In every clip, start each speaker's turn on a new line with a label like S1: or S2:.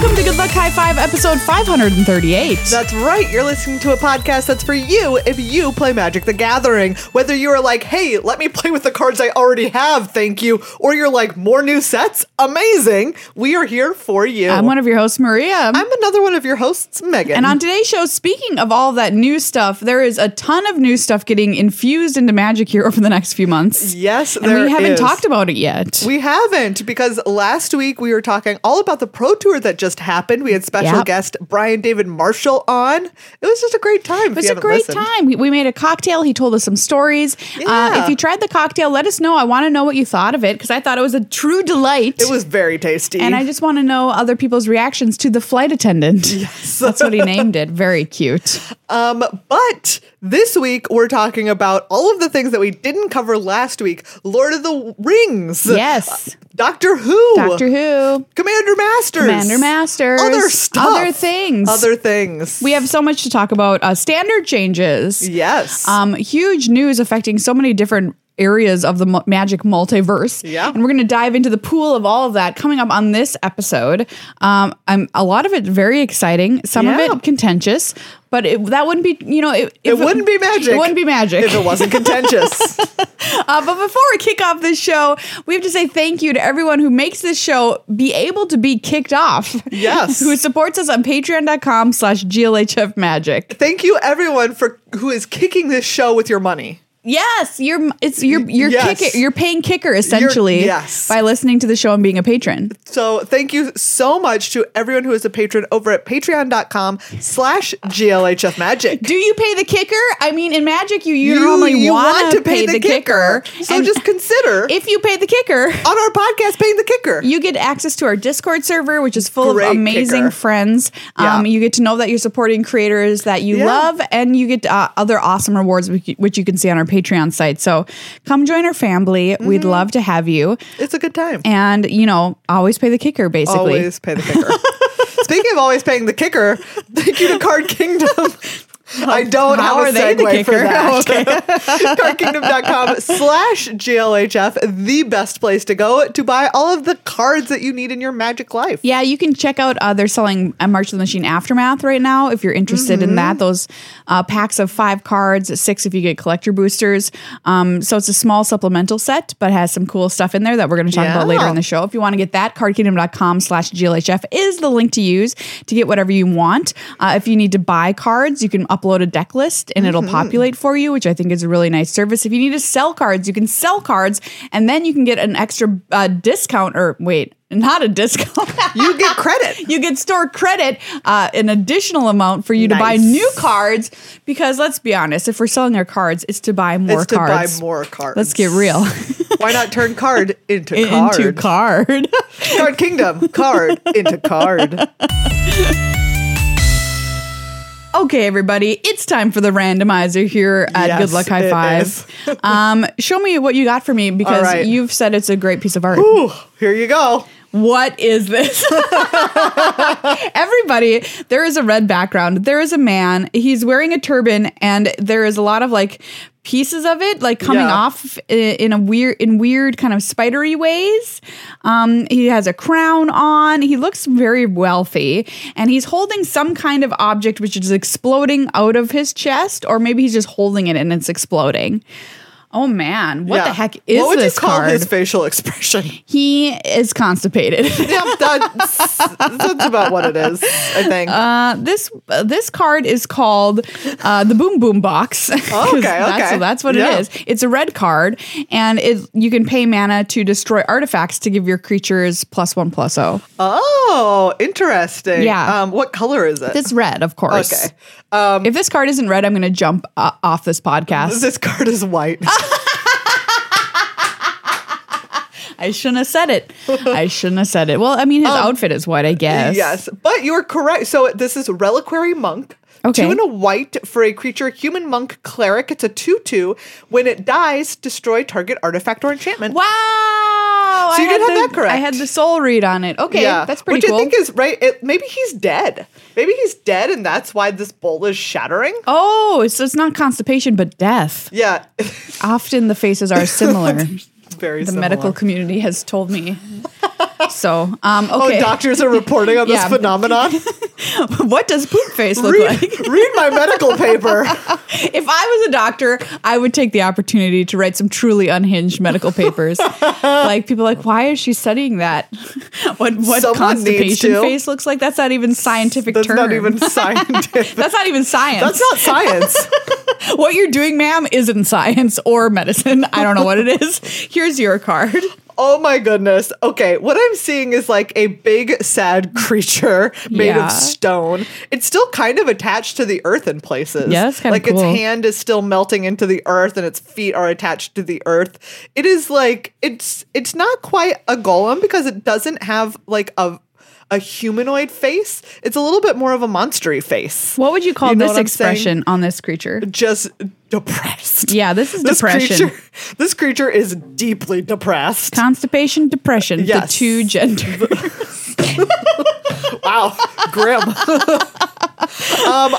S1: High Five episode 538.
S2: That's right. You're listening to a podcast that's for you if you play Magic the Gathering. Whether you are like, hey, let me play with the cards I already have, thank you, or you're like, more new sets, amazing. We are here for you.
S1: I'm one of your hosts, Maria.
S2: I'm another one of your hosts, Megan.
S1: and on today's show, speaking of all that new stuff, there is a ton of new stuff getting infused into Magic here over the next few months.
S2: Yes,
S1: and
S2: there
S1: we haven't
S2: is.
S1: talked about it yet.
S2: we haven't because last week we were talking all about the pro tour that just happened. We had special
S1: Yep.
S2: guest Brian David Marshall on. It was just a great time.
S1: It was a great time. We, we made a cocktail. He told us some stories. Uh,
S2: Yeah.
S1: if you tried the cocktail, let us know. I want to know what you thought of it because I thought it was a true delight.
S2: It was very tasty.
S1: and I just want to know other people's reactions to the flight attendant. Yes. That's what he named it. Very cute.
S2: Um, but this week we're talking about all of the things that we didn't cover last week. Lord of the Rings.
S1: Yes.
S2: Doctor Who.
S1: Doctor Who.
S2: Commander Masters.
S1: Commander Masters.
S2: Other stuff.
S1: Other things.
S2: Other things.
S1: we have so much to talk about. Uh, standard changes.
S2: Yes.
S1: Um, huge news affecting so many different areas of the mu- magic multiverse.
S2: Yeah.
S1: And we're going to dive into the pool of all of that coming up on this episode. Um, I'm a lot of it very exciting, some
S2: Yeah.
S1: of it contentious, but it, that wouldn't be, you know, it, if
S2: it wouldn't be magic.
S1: It wouldn't be magic.
S2: If it wasn't contentious.
S1: Uh, but before we kick off this show, we have to say thank you to everyone who makes this show be able to be kicked off.
S2: Yes.
S1: who supports us on patreon.com slash glhf magic.
S2: Thank you everyone for who is kicking this show with your money.
S1: Yes, you're it's you're you're
S2: Yes.
S1: kicker you're paying kicker essentially
S2: yes.
S1: by listening to the show and being a patron.
S2: So thank you so much to everyone who is a patron over at patreon.com slash glhf magic.
S1: Do you pay the kicker? I mean, in magic you, you,
S2: You-
S1: normally
S2: you
S1: wanna pay, the, kicker.
S2: So
S1: and
S2: just consider
S1: if you pay the kicker,
S2: on our podcast paying the kicker.
S1: You get access to our Discord server, which is full
S2: Great
S1: of amazing
S2: kicker.
S1: friends. Um,
S2: Yeah.
S1: You get to know that you're supporting creators that you
S2: Yeah.
S1: love, and you get uh, other awesome rewards, which you- which you can see on our Patreon site. So come join our family. We'd
S2: Mm-hmm.
S1: love to have you.
S2: it's a good time.
S1: And, you know, always pay the kicker, basically.
S2: Always pay the kicker. Speaking of always paying the kicker, thank you to Card Kingdom. I don't
S1: how
S2: have
S1: are
S2: a
S1: they
S2: segue
S1: the
S2: for
S1: kicker?
S2: that. CardKingdom.com slash GLHF, the best place to go to buy all of the cards that you need in your magic life.
S1: Yeah, you can check out. Uh, they're selling a March of the Machine Aftermath right now. If you're interested in
S2: Mm-hmm.
S1: that, those uh, packs of five cards, six if you get collector boosters. Um, so it's a small supplemental set, but has some cool stuff in there that we're going to talk about later
S2: Yeah.
S1: in the show. If you want to get that, cardkingdom.com slash glhf is the link to use to get whatever you want. Uh, if you need to buy cards, you can upload a deck list and
S2: Mm-hmm.
S1: it'll populate for you, which I think is a really nice service. If you need to sell cards, you can sell cards and then you can get an extra uh, discount or wait, not a discount.
S2: You get credit.
S1: you get store credit, uh, an additional amount for you to buy
S2: Nice.
S1: new cards. Because let's be honest, if we're selling our cards, it's to buy more
S2: It's to buy
S1: cards.
S2: more cards.
S1: Let's get real.
S2: Why not turn card into card?
S1: Into card.
S2: card Kingdom, card into card.
S1: okay, everybody, it's time for the randomizer here at
S2: Yes,
S1: Good Luck High
S2: it
S1: Five. um, show me what you got for me because
S2: right.
S1: you've said it's a great piece of art.
S2: Ooh, here you go.
S1: What is this? Everybody, there is a red background. There is a man. He's wearing a turban, and there is a lot of like pieces of it like coming
S2: Yeah.
S1: off i- in a weird, in weird kind of spidery ways. Um, he has a crown on. He looks very wealthy, and he's holding some kind of object which is exploding out of his chest, or maybe he's just holding it and it's exploding. Oh man, what
S2: Yeah.
S1: the heck is
S2: What would
S1: this
S2: you call
S1: card?
S2: his facial expression?
S1: he is constipated.
S2: yeah, that's, that's about what it is, I think.
S1: Uh, this uh, this card is called uh, the Boom Boom Box.
S2: okay,
S1: That's,
S2: okay.
S1: that's what
S2: Yeah.
S1: it is. It's a red card, and it you can pay mana to destroy artifacts to give your creatures plus one plus oh.
S2: oh, interesting.
S1: Yeah.
S2: Um, what color is it?
S1: It's red, of course.
S2: okay. um,
S1: if this card isn't red, I'm going to jump uh, off this podcast.
S2: This card is white.
S1: I shouldn't have said it. I shouldn't have said it. Well, I mean, his outfit is white, I guess.
S2: Um, yes, but you're correct. So this is Reliquary Monk.
S1: Okay.
S2: Two and a white for a creature, human monk cleric. It's a 2 2. When it dies, destroy target artifact or enchantment.
S1: Wow. So
S2: you did have that correct.
S1: I had the soul read on it. Okay, that's pretty
S2: Which
S1: cool.
S2: I think is right. It, maybe he's dead. Maybe he's dead, and that's why this bowl is shattering.
S1: oh, so it's not constipation, but death.
S2: Yeah.
S1: often the faces are similar.
S2: Very
S1: the
S2: similar.
S1: medical community has told me. So, um,
S2: Oh,
S1: okay.
S2: doctors are reporting on
S1: Yeah.
S2: this phenomenon.
S1: what does poop face look
S2: read,
S1: like?
S2: read my medical paper.
S1: If I was a doctor, I would take the opportunity to write some truly unhinged medical papers. like people are like, why is she studying that? what what
S2: Someone needs
S1: constipation
S2: to.
S1: face looks like? That's not even scientific
S2: That's
S1: term.
S2: not even scientific.
S1: That's not even science.
S2: That's not science.
S1: what you're doing, ma'am, isn't science or medicine. I don't know what it is. Here's your card.
S2: Oh my goodness. Okay, what I'm seeing is like a big sad creature made
S1: Yeah.
S2: of stone. It's still kind of attached to the earth in places.
S1: Yeah, that's kinda
S2: like
S1: cool.
S2: its hand is still melting into the earth and its feet are attached to the earth. It is like it's it's not quite a golem because it doesn't have like a a humanoid face. It's a little bit more of a monstery face.
S1: What would you call
S2: You know
S1: this
S2: what I'm
S1: expression on this creature?
S2: Just depressed.
S1: Yeah, this is
S2: This
S1: depression.
S2: creature, this creature is deeply depressed.
S1: Constipation, depression, the
S2: Yes.
S1: two genders.
S2: Wow, grim. um,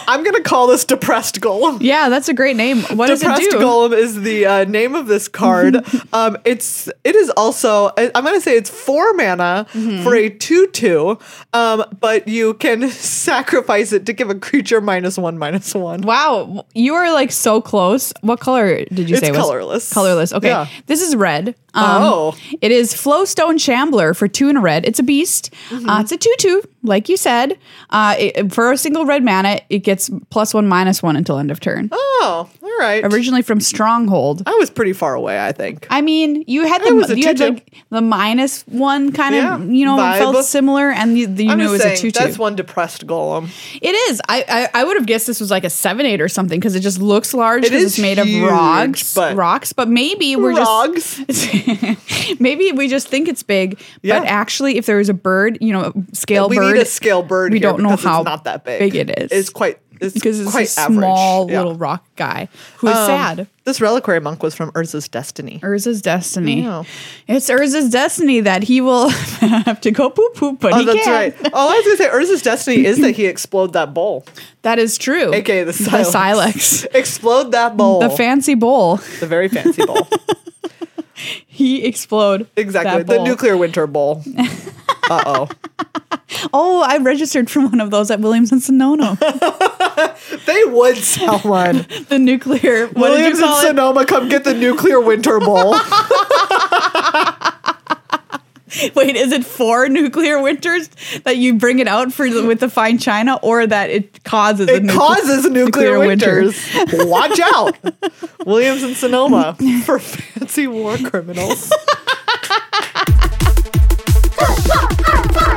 S2: I'm gonna call this depressed golem.
S1: yeah, that's a great name. What does
S2: Depressed
S1: it do?
S2: golem is the uh, name of this card. um, it's it is also I- I'm gonna say it's four mana
S1: Mm-hmm.
S2: for a two two, um, but you can sacrifice it to give a creature minus one minus one.
S1: Wow, you are like so close. What color did you
S2: It's
S1: say? was-
S2: colorless.
S1: Colorless. Okay,
S2: Yeah.
S1: this is red. Um,
S2: Oh.
S1: it is Flowstone Shambler for two and a red. It's a beast.
S2: Mm-hmm.
S1: Uh, it's a two-two, like you said. Uh, it- for a single red mana, it gets plus one, minus one until end of turn.
S2: Oh, all right.
S1: Originally from Stronghold.
S2: I was pretty far away, I think.
S1: I mean, you had the
S2: was a
S1: you had
S2: two-two.
S1: the, the minus one kind of
S2: Yeah,
S1: you know
S2: vibe.
S1: felt similar, and you, you
S2: I'm
S1: knew it
S2: just
S1: was
S2: saying
S1: a two-two.
S2: that's one depressed golem.
S1: It is. I I, I would have guessed this was like a seven eight or something because it just looks large because
S2: is
S1: it's made
S2: huge,
S1: of rocks.
S2: but-
S1: rocks, but maybe we're
S2: Rogs.
S1: just maybe we just think it's big.
S2: Yeah.
S1: But actually, if there was a bird, you know, a scale
S2: we
S1: bird,
S2: need a scale bird.
S1: we
S2: here
S1: don't know
S2: because
S1: how
S2: it's not that big.
S1: big it is.
S2: It's quite. It's
S1: because it's
S2: quite
S1: a
S2: average.
S1: small
S2: Yeah.
S1: little rock guy who is
S2: Um,
S1: sad.
S2: This reliquary monk was from Urza's Destiny.
S1: Urza's destiny.
S2: Yeah.
S1: It's Urza's destiny that he will have to go poop poop, but
S2: Oh,
S1: he
S2: that's
S1: can.
S2: right. Oh, I was gonna say Urza's Destiny is that he explode that bowl.
S1: That is true.
S2: AKA the
S1: The
S2: Silex.
S1: silex.
S2: Explode that bowl.
S1: The fancy bowl.
S2: The very fancy bowl.
S1: He explode.
S2: Exactly.
S1: that
S2: The
S1: bowl.
S2: nuclear winter bowl. Uh oh.
S1: Oh, I registered for one of those at Williams and Sonoma.
S2: They would sell one.
S1: the nuclear. What
S2: Williams
S1: did you
S2: and
S1: call it?
S2: Sonoma come get the nuclear winter bowl.
S1: Wait, is it for nuclear winters that you bring it out for the, with the fine china, or that it causes a
S2: It
S1: nucle-
S2: causes nuclear,
S1: nuclear winter.
S2: winters. Watch out. Williams and Sonoma for fancy war criminals.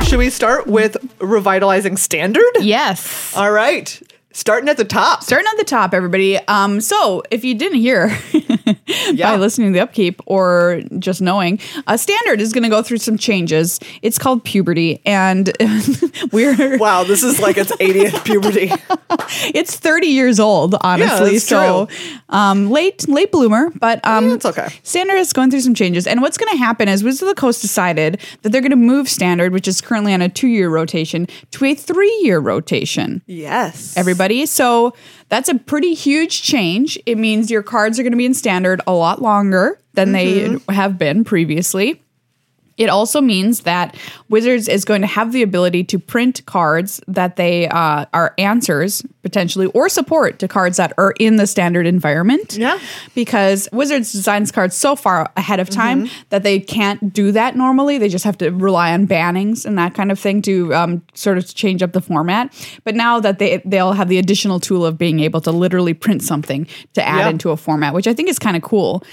S2: Should we start with revitalizing standard?
S1: Yes.
S2: All right. Starting at the top.
S1: Starting at the top, everybody. Um, so if you didn't hear
S2: Yeah.
S1: by listening to the upkeep or just knowing, uh, standard is going to go through some changes. It's called puberty, and we're
S2: Wow, this is like its 80th puberty.
S1: it's 30 years old honestly
S2: that's
S1: so um late late bloomer but um
S2: Yeah, it's okay.
S1: standard is going through some changes and what's going to happen is wizards of the coast decided that they're going to move standard which is currently on a two-year rotation to a three-year rotation
S2: Yes.
S1: everybody so that's a pretty huge change it means your cards are going to be in standard a lot longer than
S2: Mm-hmm.
S1: they have been previously it also means that Wizards is going to have the ability to print cards that they uh, are answers potentially or support to cards that are in the standard environment.
S2: Yeah.
S1: Because Wizards designs cards so far ahead of
S2: Mm-hmm.
S1: time that they can't do that normally. They just have to rely on bannings and that kind of thing to um, sort of change up the format. But now that they they'll have the additional tool of being able to literally print something to add
S2: Yeah.
S1: into a format, which I think is kind of cool.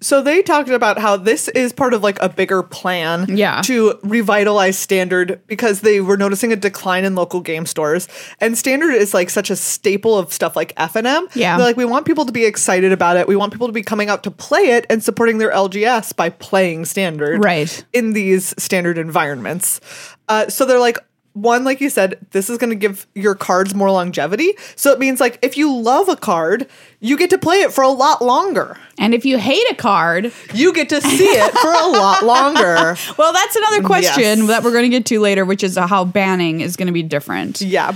S2: So they talked about how this is part of like a bigger plan
S1: Yeah.
S2: to revitalize standard because they were noticing a decline in local game stores. And standard is like such a staple of stuff like FNM.
S1: Yeah.
S2: They're like we want people to be excited about it. We want people to be coming out to play it and supporting their LGS by playing standard.
S1: Right.
S2: In these standard environments. Uh, so they're like one, like you said, this is going to give your cards more longevity. So it means like if you love a card, you get to play it for a lot longer
S1: And if you hate a card,
S2: you get to see it for a lot longer.
S1: Well, that's another question
S2: Yes.
S1: that we're going to get to later, which is uh, how banning is going to be different.
S2: Yeah.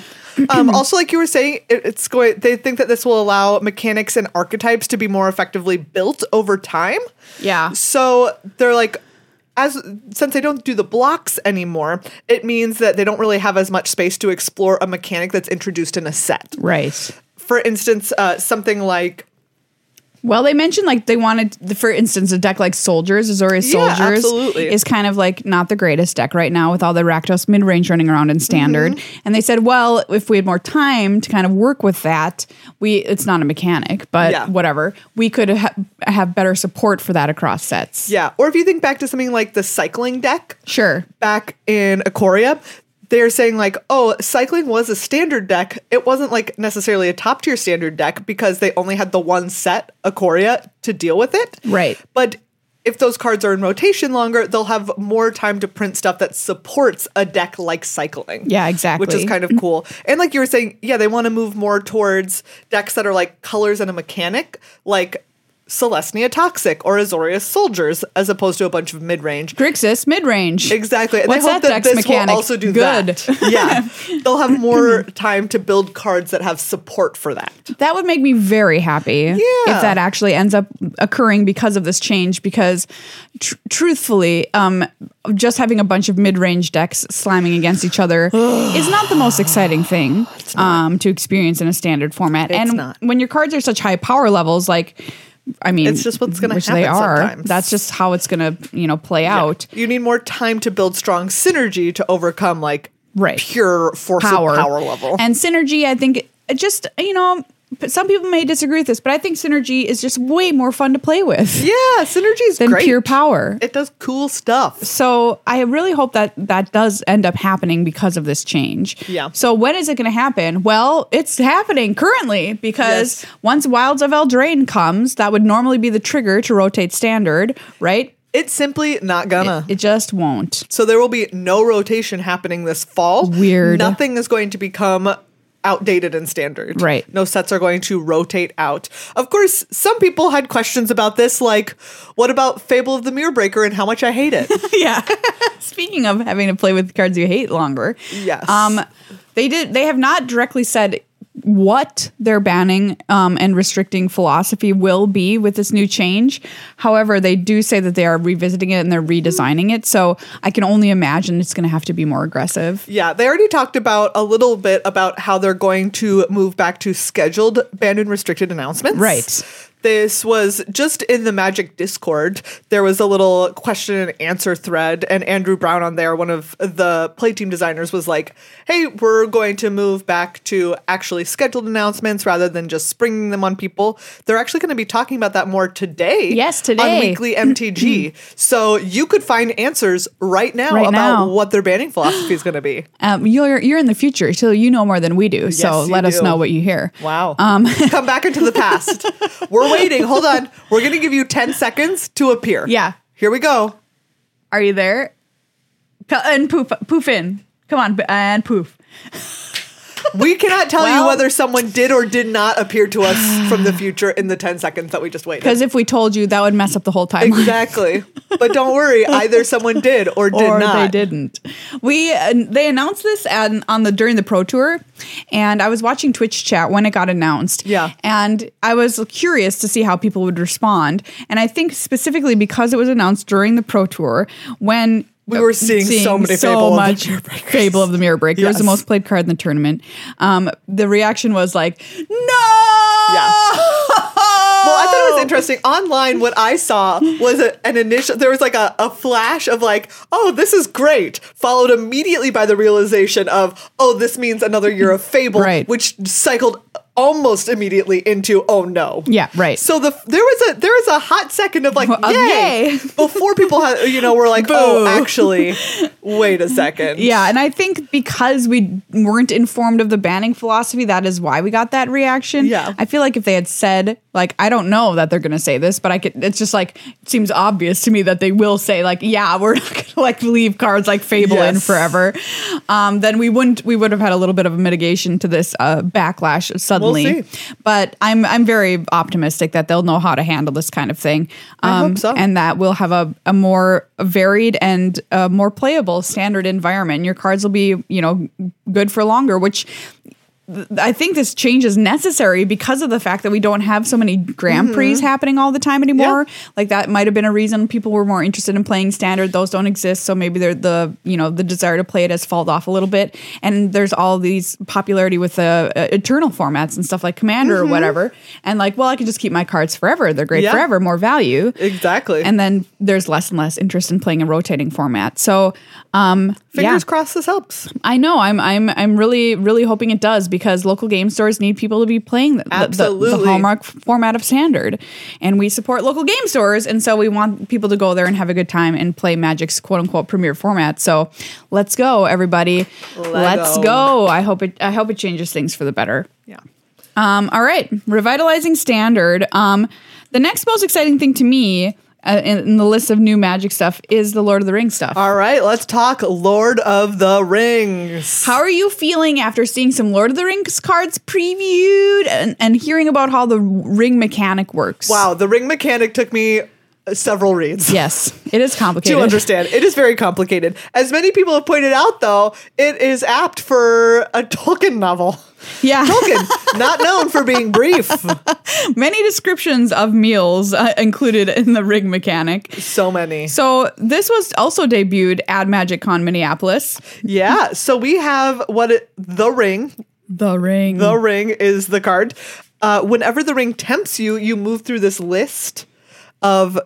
S2: Um, also, like you were saying, it, it's going. They think that this will allow mechanics and archetypes to be more effectively built over time.
S1: Yeah.
S2: So they're like, as since they don't do the blocks anymore, it means that they don't really have as much space to explore a mechanic that's introduced in a set.
S1: Right.
S2: For instance, uh, something like
S1: Well, they mentioned like they wanted, for instance, a deck like Soldiers, Azorius
S2: Yeah,
S1: Soldiers,
S2: absolutely.
S1: is kind of like not the greatest deck right now with all the Rakdos mid range running around in standard.
S2: Mm-hmm.
S1: And they said, well, if we had more time to kind of work with that, we it's not a mechanic, but
S2: Yeah.
S1: whatever, we could ha- have better support for that across sets.
S2: yeah, or if you think back to something like the cycling deck,
S1: Sure.
S2: back in Aquaria, they're saying like, oh, cycling was a standard deck. It wasn't like necessarily a top tier standard deck because they only had the one set Aquaria to deal with it.
S1: Right.
S2: But if those cards are in rotation longer, they'll have more time to print stuff that supports a deck like cycling.
S1: Yeah, exactly.
S2: Which is kind of cool. And like you were saying, yeah, they want to move more towards decks that are like colors and a mechanic, like Celestia Toxic or Azorius Soldiers, as opposed to a bunch of mid range.
S1: Grixis mid range.
S2: Exactly. And
S1: What's
S2: I hope
S1: that
S2: that,
S1: deck's
S2: this
S1: mechanic?
S2: will also do
S1: Good.
S2: that. Yeah. They'll have more time to build cards that have support for that.
S1: That would make me very happy if that actually ends up occurring because of this change. Because tr- truthfully, um, just having a bunch of mid-range decks slamming against each other is not the most exciting thing um, to experience in a standard format. and
S2: not.
S1: when your cards are such high power levels, like I mean,
S2: It's just what's gonna
S1: which They
S2: happen
S1: are.
S2: sometimes.
S1: That's just how it's going to you know play out.
S2: You need more time to build strong synergy to overcome like
S1: Right.
S2: pure force
S1: power
S2: of power level.
S1: and synergy i think it just you know p- some people may disagree with this but i think synergy is just way more fun to play with
S2: yeah, synergy is
S1: than
S2: great.
S1: pure power
S2: it does cool stuff.
S1: so i really hope that that does end up happening because of this change
S2: Yeah.
S1: so when is it going to happen well it's happening currently because
S2: Yes.
S1: once wilds of eldraine comes that would normally be the trigger to rotate standard right
S2: It's simply not gonna.
S1: it just won't
S2: so there will be no rotation happening this fall.
S1: Weird.
S2: Nothing is going to become outdated and standard.
S1: Right.
S2: No sets are going to rotate out. Of course, some people had questions about this, like, what about Fable of the Mirror Breaker and how much I hate it?
S1: yeah. Speaking of having to play with cards you hate longer.
S2: Yes.
S1: Um they did they have not directly said what their banning um, and restricting philosophy will be with this new change. However, they do say that they are revisiting it and they're redesigning it. So I can only imagine it's going to have to be more aggressive.
S2: Yeah, they already talked about a little bit about how they're going to move back to scheduled banned and restricted announcements.
S1: Right.
S2: This was just in the Magic Discord. There was a little question and answer thread, and Andrew Brown on there, one of the playteam designers, was like, Hey, we're going to move back to actually scheduled announcements rather than just springing them on people. They're actually going to be talking about that more today.
S1: Yes,
S2: On
S1: today.
S2: weekly MTG. so you could find answers right now
S1: Right
S2: about
S1: now.
S2: what their banning philosophy is going to be.
S1: Um, you're, you're in the future, so you know more than we do. so
S2: Yes, you
S1: let us
S2: do.
S1: know what you hear.
S2: Wow. Um, Come back into the past. We're waiting. Hold on. We're going to give you 10 seconds to appear.
S1: Yeah.
S2: Here we go.
S1: Are you there? Co- And poof, poof in. Come on, b- and poof.
S2: We cannot tell
S1: Well-
S2: you whether someone did or did not appear to us from the future in the 10 seconds that we just waited.
S1: Because if we told you, that would mess up the whole timeline.
S2: Exactly. but don't worry, either someone did or did
S1: or
S2: not.
S1: they didn't. We uh, they announced this and on the during the pro tour, and I was watching Twitch chat when it got announced.
S2: Yeah.
S1: and I was curious to see how people would respond, and I think specifically because it was announced during the pro tour when. uh,
S2: We were seeing so many Fable of the
S1: much
S2: Mirror Breakers.
S1: Fable of the Mirror Breaker. It was the
S2: Yes.
S1: most played card in the tournament. Um, the reaction was like, "No!" Yeah. Well,
S2: Well, I
S1: I
S2: thought it was interesting. Online, what I saw was a, an initial, there was like a, a flash of like, oh, this is great, followed immediately by the realization of, oh, this means another year of Fable,
S1: Right.
S2: which cycled almost immediately into, oh no.
S1: Yeah, right.
S2: So the there was a there was a hot second of like,
S1: Of
S2: yay,
S1: yay.
S2: before people had, you know, were like, oh,
S1: Boo.
S2: actually, wait a second.
S1: Yeah, and I think because we weren't informed of the banning philosophy, that is why we got that reaction.
S2: Yeah.
S1: I feel like if they had said, like, I don't know that they're gonna say this, but I could it's just like it seems obvious to me that they will say, like, yeah, we're not gonna like leave cards like Fable in
S2: Yes.
S1: forever. Um, then we wouldn't we would have had a little bit of a mitigation to this uh backlash suddenly.
S2: see.
S1: But I'm I'm very optimistic that they'll know how to handle this kind of thing. Um
S2: I hope so.
S1: and and that will have a, a more varied and uh more playable standard environment. Your cards will be, you know, good for longer, which th- I think this change is necessary because of the fact that we don't have so many Grand
S2: Mm-hmm.
S1: Prix happening all the time anymore. Like that might have been a reason people were more interested in playing standard. Those don't exist, so maybe they're the you know the desire to play it has fallen off a little bit. And there's all these popularity with the uh, eternal formats and stuff like Commander or whatever. And like, well, I can just keep my cards forever. They're great
S2: Mm-hmm. Yeah.
S1: forever, more value.
S2: Exactly.
S1: And then there's less and less interest in playing a rotating format. So, um, yeah.
S2: Fingers crossed this helps.
S1: I know. I'm I'm I'm really really hoping it does because local game stores need people to be playing the, the- the, the,
S2: Absolutely.
S1: hallmark f- format of standard, and we support local game stores, and so we want people to go there and have a good time and play Magic's quote unquote premier format. So let's go, everybody. Let's
S2: go.
S1: go. I hope it I hope it changes things for the better.
S2: Yeah.
S1: Um, all right, revitalizing standard. Um, the next most exciting thing to me uh, in, in the list of new Magic stuff is the Lord of the Rings stuff.
S2: All right, let's talk Lord of the Rings.
S1: How are you feeling after seeing some Lord of the Rings cards previewed and, and hearing about how the ring mechanic works?
S2: Wow, the ring mechanic took me uh, several reads.
S1: Yes, it is complicated.
S2: to understand. It is very complicated. As many people have pointed out, though, it is apt for a Tolkien novel.
S1: Yeah.
S2: Tolkien, not known for being brief.
S1: Many descriptions of meals uh, included in the ring mechanic.
S2: So many.
S1: So this was also debuted at Magic Con Minneapolis.
S2: Yeah. So we have what it, the ring.
S1: The ring.
S2: The ring is the card. Uh, whenever the ring tempts you, you move through this list of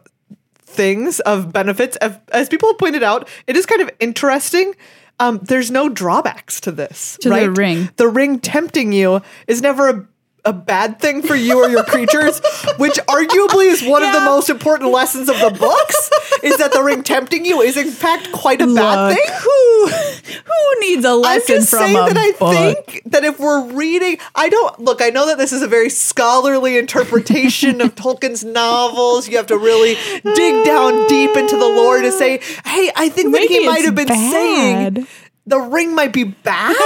S2: things of benefits. Of- As people have pointed out, it is kind of interesting. Um, there's no drawbacks to this.
S1: To the
S2: right?
S1: ring.
S2: The ring tempting you is never a a bad thing for you or your creatures, which arguably is one of the
S1: Yeah.
S2: most important lessons of the books, is that the ring tempting you is in fact quite a bad
S1: Look,
S2: thing.
S1: Who, who needs a
S2: I'm
S1: lesson
S2: just
S1: from
S2: saying
S1: a
S2: that I
S1: book?
S2: think that if we're reading, I don't look. I know that this is a very scholarly interpretation of Tolkien's novels. You have to really dig down deep into the lore to say, "Hey, I think that
S1: Maybe
S2: he might
S1: it's
S2: have been
S1: bad.
S2: saying the ring might be bad."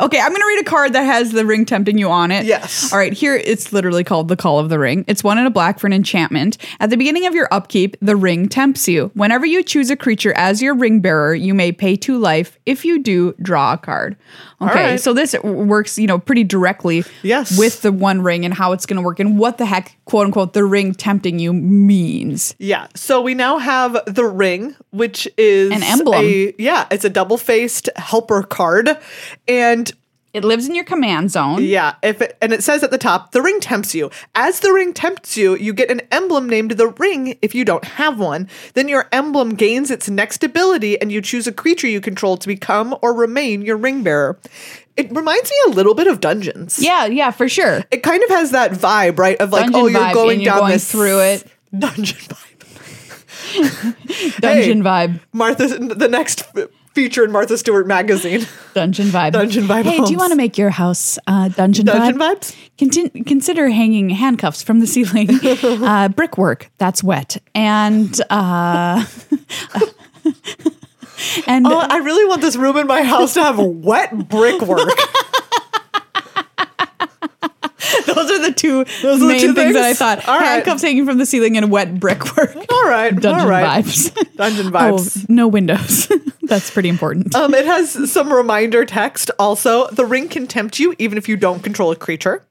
S1: Okay, I'm going to read a card that has the ring tempting you on it.
S2: Yes.
S1: All right, here it's literally called the Call of the Ring. It's one in a black for an enchantment. At the beginning of your upkeep, the ring tempts you. Whenever you choose a creature as your ring bearer, you may pay two life. If you do, draw a card. Okay,
S2: right.
S1: so this works, you know, pretty directly
S2: Yes.
S1: with the one ring and how it's going to work and what the heck, quote unquote, the ring tempting you means.
S2: yeah. So we now have the ring, which is
S1: An emblem.
S2: a- yeah, it's a double-faced helper card, and
S1: It lives in your command zone.
S2: Yeah, if it, and it says at the top, the ring tempts you. As the ring tempts you, you get an emblem named the ring if you don't have one. Then your emblem gains its next ability and you choose a creature you control to become or remain your ring bearer. It reminds me a little bit of dungeons.
S1: Yeah, yeah, for sure.
S2: It kind of has that vibe, right? Of like,
S1: Dungeon
S2: oh, you're
S1: vibe,
S2: going
S1: and you're
S2: down
S1: going
S2: this
S1: through it.
S2: Dungeon vibe.
S1: Dungeon vibe.
S2: Martha the next f- feature in Martha Stewart magazine.
S1: Dungeon vibe.
S2: Dungeon vibe
S1: Hey, do
S2: homes.
S1: you want to make your house uh, dungeon,
S2: Dungeon
S1: vibe?
S2: vibes?
S1: Contin- consider hanging handcuffs from the ceiling, uh, brickwork that's wet, and uh, and
S2: Oh, I really want this room in my house to have wet brickwork.
S1: those are the two
S2: are the
S1: main
S2: two
S1: things, that I
S2: things?
S1: thought:
S2: All right.
S1: handcuffs hanging from the ceiling and wet brickwork.
S2: All right.
S1: Dungeon
S2: all right.
S1: vibes.
S2: Dungeon
S1: Oh,
S2: vibes.
S1: no windows. that's pretty important.
S2: Um, it has some reminder text also. The ring can tempt you even if you don't control a creature.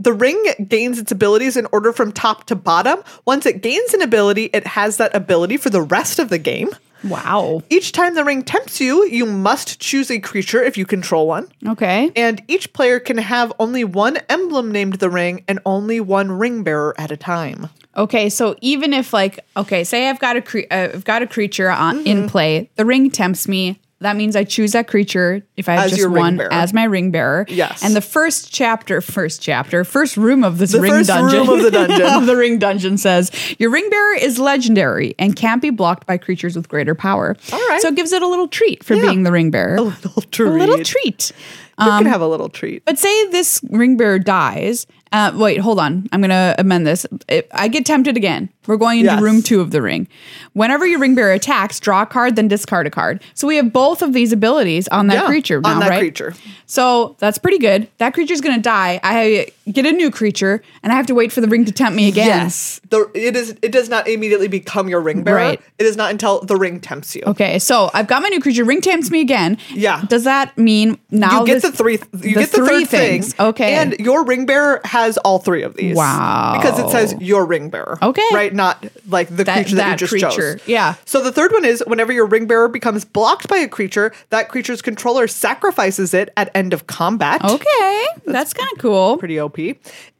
S2: The ring gains its abilities in order from top to bottom. Once it gains an ability, it has that ability for the rest of the game.
S1: wow.
S2: Each time the ring tempts you, you must choose a creature if you control one.
S1: Okay.
S2: And each player can have only one emblem named the ring and only one ring bearer at a time.
S1: Okay, so even if like okay, say I've got a cre- uh, I've got a creature on,
S2: Mm-hmm.
S1: in play, the ring tempts me. That means I choose that creature if I have
S2: As
S1: just
S2: your ring
S1: one
S2: bearer.
S1: as my ring bearer.
S2: Yes.
S1: And the first chapter, first chapter, first room of this ring
S2: first
S1: dungeon,
S2: room of the dungeon.
S1: of the ring dungeon says your ring bearer is legendary and can't be blocked by creatures with greater power.
S2: All right.
S1: So it gives it a little treat for being the ring bearer.
S2: A little treat. Um,
S1: A little treat.
S2: You can have a little treat.
S1: But say this ring bearer dies Uh, wait, hold on. I'm going to amend this. If I get tempted again. We're going into
S2: Yes.
S1: room two of the ring. Whenever your ring bearer attacks, draw a card, then discard a card. So we have both of these abilities on that
S2: Yeah,
S1: creature
S2: on
S1: now,
S2: that
S1: right?
S2: creature.
S1: So that's pretty good. That creature's going to die. I get a new creature, and I have to wait for the ring to tempt me again.
S2: Yes. The, it is. It does not immediately become your ring bearer.
S1: Right.
S2: It is not until the ring tempts you.
S1: Okay, so I've got my new creature. Ring tempts me again.
S2: Yeah.
S1: Does that mean now
S2: You get
S1: this-
S2: the three. You
S1: the
S2: get the
S1: three
S2: third thing.
S1: things. Okay.
S2: And your ring bearer has all three of these.
S1: Wow.
S2: Because it says your ring bearer.
S1: Okay.
S2: Right. Not like the
S1: That-
S2: creature that,
S1: that
S2: you just
S1: creature.
S2: chose.
S1: Yeah.
S2: So the third one is whenever your ring bearer becomes blocked by a creature, that creature's controller sacrifices it at end of combat.
S1: Okay, that's kind of cool.
S2: pretty OP.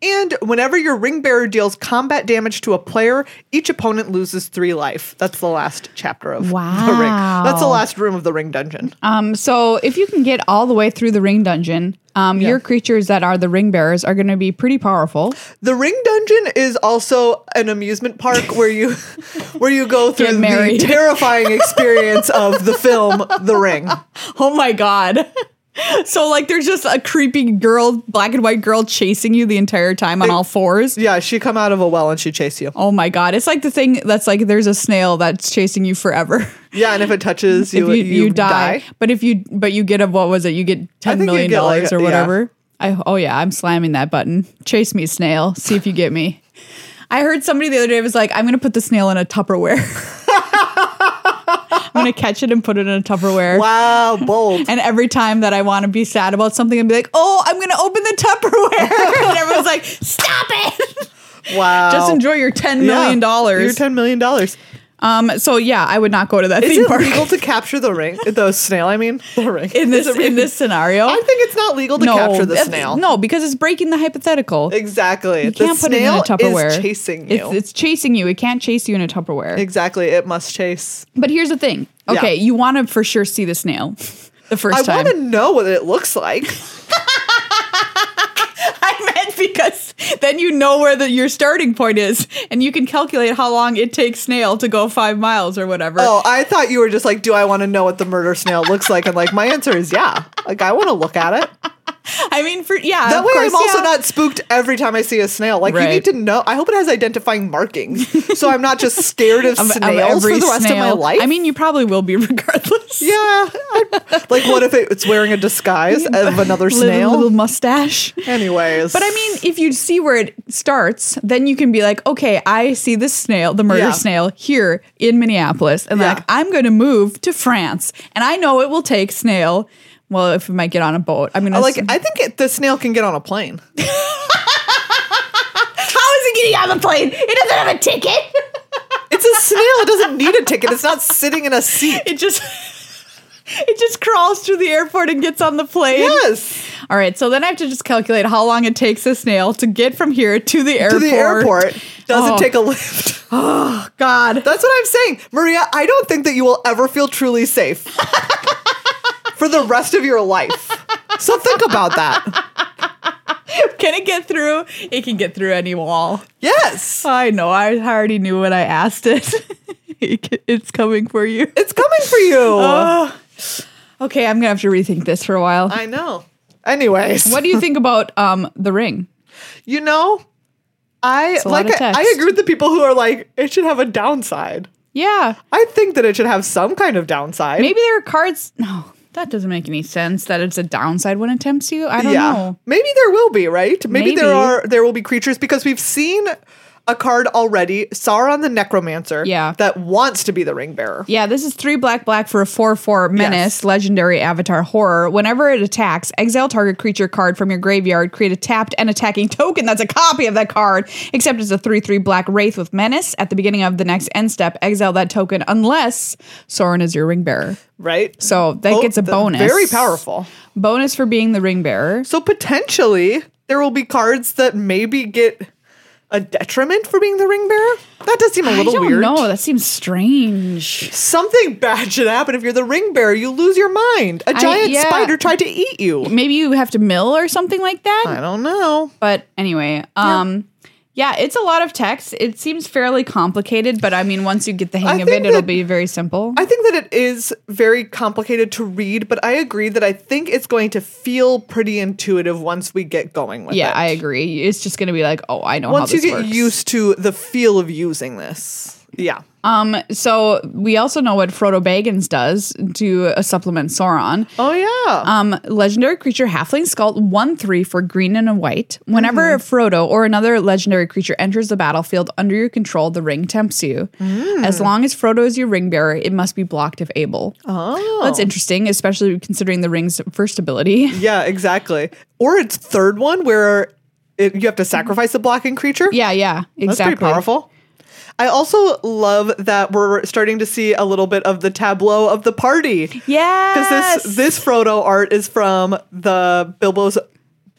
S2: And whenever your ring bearer deals combat damage to a player, each opponent loses three life. That's the last chapter of the ring.
S1: Wow.
S2: That's the last room of the ring dungeon.
S1: Um, so if you can get all the way through the ring dungeon, um, your creatures that are the ring bearers are going to be pretty powerful.
S2: The ring dungeon is also an amusement park where you where you go through the
S1: married.
S2: terrifying experience of the film The Ring.
S1: Oh my god! so like, there's just a creepy girl, black and white girl, chasing you the entire time on all fours.
S2: Yeah, she come out of a well and she chase you.
S1: Oh my god! It's like the thing that's like there's a snail that's chasing you forever.
S2: Yeah, and if it touches you,
S1: if
S2: you, die.
S1: But if you but you get a what was it? You get
S2: I
S1: ten
S2: think you
S1: million
S2: get,
S1: dollars
S2: like,
S1: or
S2: yeah.
S1: whatever. I oh yeah, I'm slamming that button. Chase me, snail. See if you get me. I heard somebody the other day was like, I'm gonna put the snail in a Tupperware. I'm gonna catch it and put it in a Tupperware.
S2: Wow, bold.
S1: And every time that I want to be sad about something, I'd be like, "Oh, I'm gonna open the Tupperware," and everyone's like, "Stop it!
S2: Wow.
S1: Just enjoy your ten million
S2: Your
S1: dollars."
S2: ten million dollars.
S1: um, so yeah, I would not go to that
S2: Is
S1: theme
S2: it
S1: park
S2: legal to capture the ring? The snail, I mean, the ring.
S1: in this
S2: Is it
S1: in this scenario.
S2: I think it's not legal to capture the
S1: that's-
S2: snail.
S1: eh, No, because it's breaking the hypothetical.
S2: exactly.
S1: you
S2: the
S1: can't put it in
S2: snail
S1: a Tupperware.
S2: is chasing you.
S1: It's, it's chasing you. It can't chase you in a Tupperware.
S2: exactly. It must chase.
S1: but here's the thing. Okay,
S2: Yeah.
S1: you want to for sure see the snail the first
S2: I
S1: time.
S2: want to know what it looks like.
S1: I meant because then you know where the, your starting point is, and you can calculate how long it takes snail to go five miles or whatever.
S2: oh, I thought you were just like, do I want to know what the murder snail looks like? And like, my answer is yeah. Like, I want to look at it.
S1: I mean, for yeah,
S2: That
S1: of
S2: way,
S1: course,
S2: I'm also
S1: yeah.
S2: not spooked every time I see a snail. Like, you
S1: Right.
S2: need to know. I hope it has identifying markings, so I'm not just scared of,
S1: Of- of
S2: snails for
S1: every
S2: the rest
S1: snail.
S2: of my life.
S1: I mean, you probably will be regardless.
S2: Yeah. I- like, what if it's wearing a disguise of another
S1: Little-
S2: snail?
S1: little mustache.
S2: Anyways.
S1: But I mean, if you see where it starts, then you can be like, okay, I see this snail, the murder
S2: Yeah.
S1: snail, here in Minneapolis, and
S2: Yeah.
S1: like I'm going to move to France, and I know it will take snail. Well, if we might get on a boat, I'm gonna
S2: like,
S1: s-
S2: I think it, the snail can get on a plane.
S1: How is it getting on the plane? It doesn't have a ticket.
S2: It's a snail. It doesn't need a ticket. It's not sitting in a seat.
S1: It just. It just crawls through the airport and gets on the plane.
S2: Yes.
S1: All right. So then I have to just calculate how long it takes a snail to get from here to the
S2: To
S1: airport.
S2: the airport. Does
S1: Oh.
S2: it take a lift?
S1: God.
S2: That's what I'm saying. Maria, I don't think that you will ever feel truly safe for the rest of your life. So think about that.
S1: Can it get through? It can get through any wall.
S2: Yes.
S1: I know. I already knew when I asked it. it's coming for you.
S2: It's coming for you. Uh.
S1: Okay, I'm gonna have to rethink this for a while.
S2: I know. Anyways.
S1: what do you think about um the ring?
S2: You know, I
S1: a lot
S2: like
S1: of
S2: I, I
S1: text.
S2: agree with the people who are like, it should have a downside.
S1: Yeah,
S2: I think that it should have some kind of downside.
S1: maybe there are cards. No, that doesn't make any sense. That it's a downside when it tempts you. I don't know.
S2: Maybe there will be, right? Maybe, there
S1: Maybe.
S2: are there will be creatures because we've seen a card already, Sauron the Necromancer,
S1: Yeah.
S2: that wants to be the ring bearer.
S1: Yeah, this is three black black for a four four menace
S2: Yes.
S1: legendary avatar horror. Whenever it attacks, exile target creature card from your graveyard, create a tapped and attacking token that's a copy of that card, except it's a three three black wraith with menace. At the beginning of the next end step, exile that token unless Soren is your ring bearer.
S2: Right?
S1: So that
S2: Bo-
S1: gets a
S2: the-
S1: bonus.
S2: Very powerful.
S1: bonus for being the ring bearer.
S2: So potentially there will be cards that maybe get a detriment for being the ring bearer. That does seem a
S1: I
S2: little
S1: don't
S2: weird.
S1: know. That seems strange.
S2: Something bad should happen if you're the ring bearer. You lose your mind. A giant
S1: yeah.
S2: spider tried to eat you.
S1: Maybe you have to mill or something like that.
S2: I don't know.
S1: But anyway, um, Yeah, it's a lot of text. It seems fairly complicated, but I mean, once you get the hang of
S2: think
S1: it, it'll
S2: that-
S1: be very simple.
S2: I think that it is very complicated to read, but I agree that I think it's going to feel pretty intuitive once we get going with
S1: yeah,
S2: it.
S1: I agree. It's just going to be like, oh, I know
S2: once
S1: how
S2: you
S1: this
S2: get
S1: works.
S2: used to the feel of using this. Yeah.
S1: um, so we also know what Frodo Baggins does to uh, supplement Sauron.
S2: Oh yeah.
S1: Um, legendary creature halfling sculpt one three for green and a white. Whenever
S2: Mm.
S1: a Frodo or another legendary creature enters the battlefield under your control, the ring tempts you.
S2: Mm.
S1: As long as Frodo is your ring bearer, it must be blocked if able.
S2: oh.
S1: That's interesting, especially considering the ring's first ability.
S2: Yeah, exactly. Or its third one where it, you have to sacrifice the blocking creature.
S1: Yeah, yeah, exactly.
S2: That's pretty powerful. I also love that we're starting to see a little bit of the tableau of the party. Because
S1: Yes,
S2: this this Frodo art is from the Bilbo's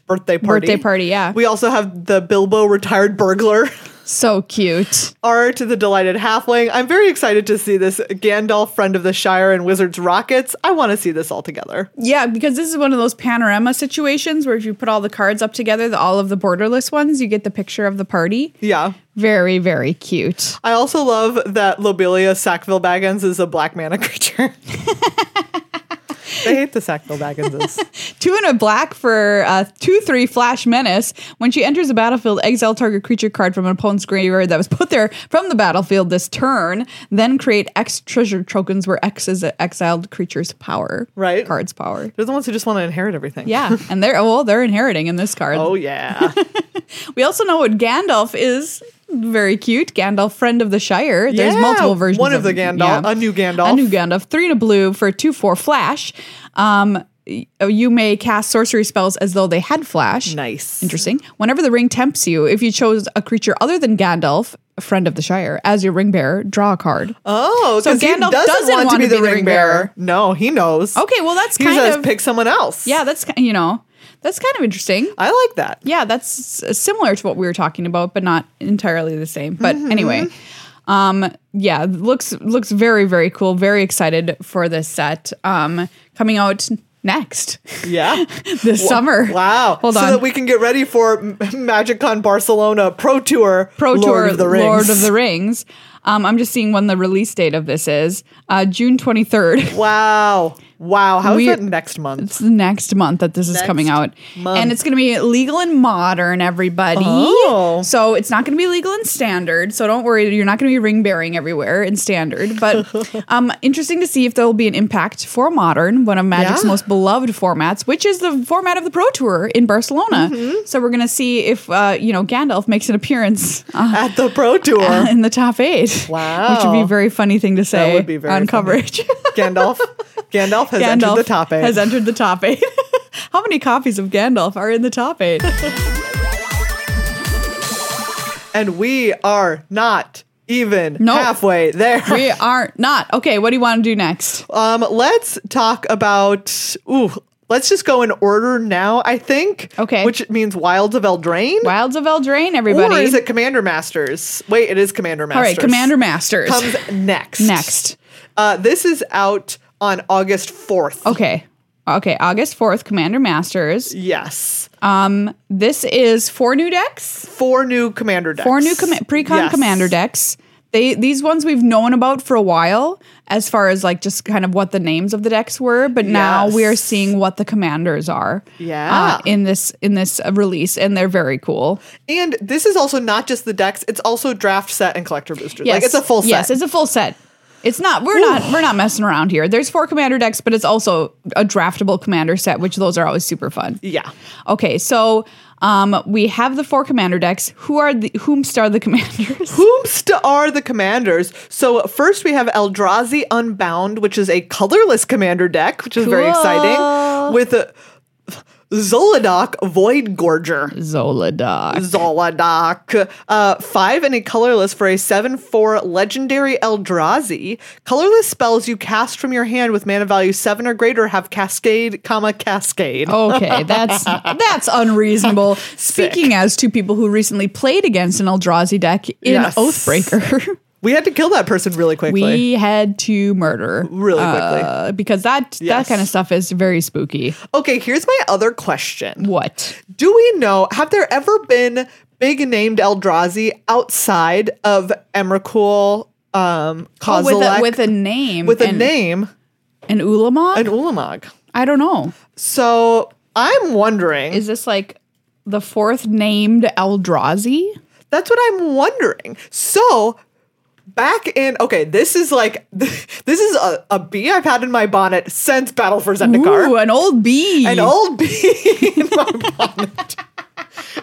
S2: birthday party.
S1: birthday party. Yeah,
S2: We also have the Bilbo retired burglar
S1: so cute.
S2: art, the delighted halfling. I'm very excited to see this Gandalf, friend of the Shire, and Wizards Rockets. I want to see this all together.
S1: Yeah, because this is one of those panorama situations where if you put all the cards up together, the, all of the borderless ones, you get the picture of the party.
S2: Yeah.
S1: Very, very cute.
S2: I also love that Lobelia Sackville Baggins is a black mana creature. they hate the Sackville Bagginses.
S1: Two and a black for uh, two three flash menace. When she enters the battlefield, exile target creature card from an opponent's graveyard that was put there from the battlefield this turn. Then create X treasure tokens where X is an exiled creature's power.
S2: Right.
S1: Card's power.
S2: They're the ones who just want to inherit everything.
S1: Yeah, and they're oh, well, they're inheriting in this card.
S2: Oh yeah.
S1: We also know what Gandalf is. Very cute. Gandalf, friend of the Shire. There's
S2: Yeah,
S1: multiple versions.
S2: one of the
S1: him.
S2: Gandalf- a new Gandalf.
S1: A new Gandalf. Three to blue for two four flash. Um, y- you may cast sorcery spells as though they had flash.
S2: nice.
S1: Interesting. Whenever the ring tempts you, if you chose a creature other than Gandalf, a friend of the Shire, as your ring bearer, draw a card.
S2: Oh,
S1: So
S2: 'cause he
S1: Gandalf
S2: doesn't,
S1: doesn't
S2: want to be the ring, bearer.
S1: bearer.
S2: No, he knows.
S1: Okay, well that's
S2: He
S1: kind
S2: says
S1: of
S2: Oh. pick someone else.
S1: yeah, that's ki- you know that's kind of interesting.
S2: I like that.
S1: yeah, that's s- similar to what we were talking about, but not entirely the same. But
S2: Mm-hmm,
S1: anyway, um, yeah, looks looks very very cool. Very excited for this set um, coming out next
S2: Yeah.
S1: this summer.
S2: Wow.
S1: hold
S2: so
S1: on.
S2: that we can get ready for M- MagicCon Barcelona Pro Tour
S1: Pro
S2: Lord
S1: Tour
S2: of the Rings.
S1: Lord of the Rings. Um, I'm just seeing when the release date of this is uh, June 23rd.
S2: Wow. Wow. How's
S1: We-
S2: that next month?
S1: It's the next month that this is
S2: Next
S1: coming out.
S2: month.
S1: And it's going to be legal and modern, everybody.
S2: Oh.
S1: So it's not going to be legal and standard. So don't worry, you're not going to be ring bearing everywhere in standard. But um, interesting to see if there will be an impact for modern, one of Magic's
S2: Yeah.
S1: most beloved formats, which is the format of the Pro Tour in Barcelona.
S2: Mm-hmm.
S1: So we're going to see if, uh, you know, Gandalf makes an appearance uh,
S2: At the Pro Tour.
S1: in the top eight.
S2: Wow.
S1: Which would be a very funny thing to say
S2: would be very
S1: on
S2: funny.
S1: coverage.
S2: Gandalf. Gandalf has entered the top eight.
S1: has entered the top eight. How many copies of Gandalf are in the top eight?
S2: and we are not even
S1: No.
S2: halfway there.
S1: we aren't not. Okay, what do you want to do next?
S2: Um, let's talk about. Ooh, let's just go in order now. I think.
S1: Okay.
S2: Which means Wilds of Eldraine.
S1: Wilds of Eldraine, everybody.
S2: Or is it Commander Masters? Wait, it is Commander
S1: All
S2: Masters.
S1: right, Commander Masters.
S2: comes next.
S1: next.
S2: Uh, this is out on August fourth.
S1: Okay. Okay, August 4th, Commander Masters.
S2: Yes,
S1: Um, this is four new decks,
S2: four new Commander decks.
S1: four new com- pre-con
S2: Yes.
S1: commander decks. They these ones we've known about for a while as far as like just kind of what the names of the decks were, but now we are
S2: Yes.
S1: seeing what the commanders are.
S2: Yeah.
S1: uh, in this in this uh, release and they're very cool.
S2: And this is also not just the decks; it's also draft set and collector boosters. Like it's a full set.
S1: Yes, it's a full set. It's not we're not we're not messing around here. There's four commander decks, but it's also a draftable commander set, which those are always super fun.
S2: yeah.
S1: Okay, so um, we have the four commander decks. Who are the whomst are the commanders?
S2: Whomst are the commanders? So first we have Eldrazi Unbound, which is a colorless commander deck, which is very exciting,
S1: Cool.
S2: with a Zolodoc Void Gorger.
S1: Zolodoc.
S2: Zolodoc. Uh, five and a colorless for a 7 4 legendary Eldrazi. Colorless spells you cast from your hand with mana value 7 or greater have Cascade, comma, Cascade.
S1: Okay, that's that's unreasonable. Speaking as two people who recently played against an Eldrazi deck in
S2: Yes.
S1: Oathbreaker.
S2: We had to kill that person really quickly.
S1: we had to murder
S2: Really quickly.
S1: uh, because that that
S2: Yes.
S1: kind of stuff is very spooky
S2: okay, here's my other question.
S1: what
S2: Do we know, have there ever been big named Eldrazi outside of Emrakul, um,
S1: Oh, with
S2: Kozilek-
S1: a, with a name.
S2: with a
S1: and-
S2: name,
S1: An Ulamog?
S2: an Ulamog.
S1: I don't know.
S2: So I'm wondering.
S1: Is this like the fourth named Eldrazi?
S2: That's what I'm wondering. So back in okay, this is like this is a, a bee I've had in my bonnet since Battle for Zendikar.
S1: Ooh, an old bee.
S2: An old bee in my bonnet.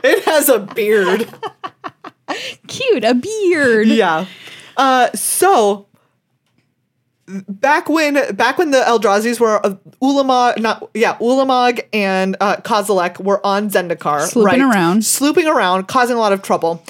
S2: it has a beard.
S1: Cute, a beard.
S2: Yeah. Uh, so back when back when the Eldrazi's were uh, Ulamog, not yeah, Ulamog and uh, Kozilek were on Zendikar,
S1: Slooping around.
S2: slooping around, causing a lot of trouble.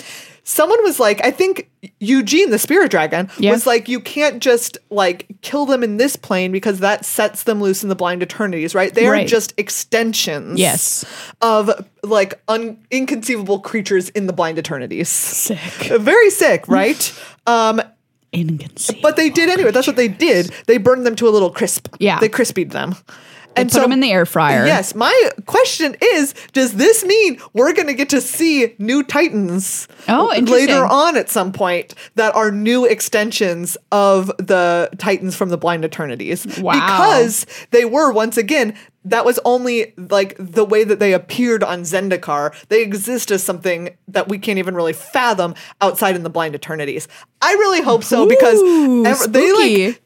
S2: Someone was like, I think Eugene, the spirit dragon,
S1: Yeah.
S2: was like, you can't just like kill them in this plane because that sets them loose in the blind eternities, right? They are
S1: Right.
S2: just extensions,
S1: Yes.
S2: of like un- inconceivable creatures in the blind eternities.
S1: Sick.
S2: Very sick, right? um,
S1: Inconceivable.
S2: but they did anyway. That's what they did. They burned them to a little crisp.
S1: Yeah.
S2: They crispied them. And
S1: Put them in the air fryer.
S2: Yes. My question is Does this mean we're going to get to see new Titans
S1: Oh, interesting.
S2: later on at some point that are new extensions of the Titans from the Blind Eternities?
S1: Wow.
S2: Because they were, once again, that was only like the way that they appeared on Zendikar. They exist as something that we can't even really fathom outside in the Blind Eternities. I really hope so because
S1: Ooh,
S2: ev- they
S1: spooky.
S2: like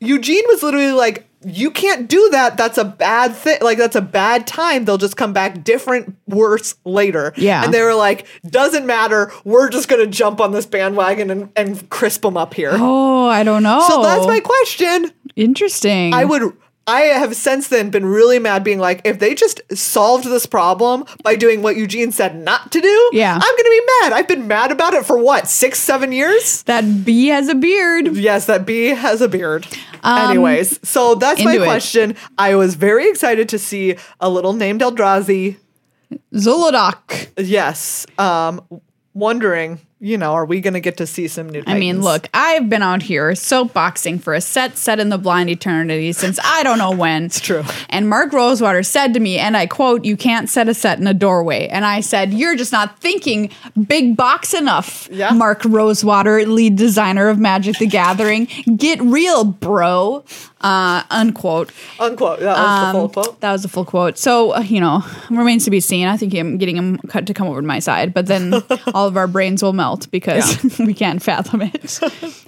S2: Eugene was literally like, "You can't do that. That's a bad thing. Like that's a bad time. They'll just come back different, worse later."
S1: Yeah.
S2: and they were like, "Doesn't matter. We're just gonna jump on this bandwagon and and crisp them up here."
S1: Oh, I don't know.
S2: So that's my question.
S1: interesting.
S2: I would. I have since then been really mad, being like, if they just solved this problem by doing what Eugene said not to do,
S1: Yeah.
S2: I'm gonna be mad. I've been mad about it for what six, seven years.
S1: That bee has a beard.
S2: Yes, that bee has a beard. Anyways, so that's my
S1: Um, into it.
S2: question. I was very excited to see a little named Eldrazi.
S1: Zolodoc.
S2: Yes, um, wondering, you know, are we going to get to see some new?
S1: I mean,
S2: Titans?
S1: look, I've been out here soapboxing for a set set in the blind eternity since I don't know when. It's
S2: true.
S1: And Mark Rosewater said to me, and I quote, You can't set a set in a doorway. And I said, You're just not thinking big box enough.
S2: Yeah.
S1: Mark Rosewater, lead designer of Magic the Gathering. Get real, bro. Uh, unquote.
S2: unquote. That was the
S1: um,
S2: full quote.
S1: That was a full quote. So, uh, you know, remains to be seen. I think I'm getting him cut to come over to my side, but then all of our brains will melt because we can't fathom it.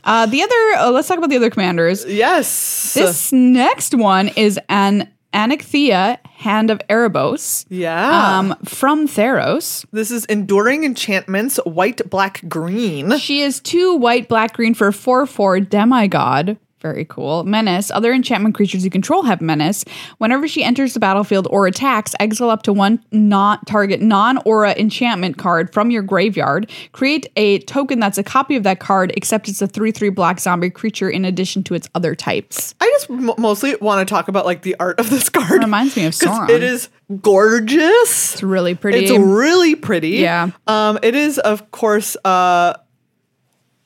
S1: Uh, the other, uh, let's talk about the other commanders.
S2: Yes.
S1: This next one is an Anakthea, Hand of Erebos.
S2: Yeah.
S1: Um, from Theros.
S2: this is enduring enchantments, white, black, green.
S1: She is two white, black, green for 4 4 demigod. Very cool. Menace. Other enchantment creatures you control have menace. Whenever she enters the battlefield or attacks, exile up to one not target non aura enchantment card from your graveyard. Create a token that's a copy of that card, except it's a 3 3 black zombie creature in addition to its other types.
S2: I just m- mostly want to talk about like the art of this card.
S1: Reminds me of Sauron.
S2: 'Cause It is gorgeous.
S1: It's really pretty.
S2: It's really pretty.
S1: Yeah.
S2: Um, it is, of course, uh,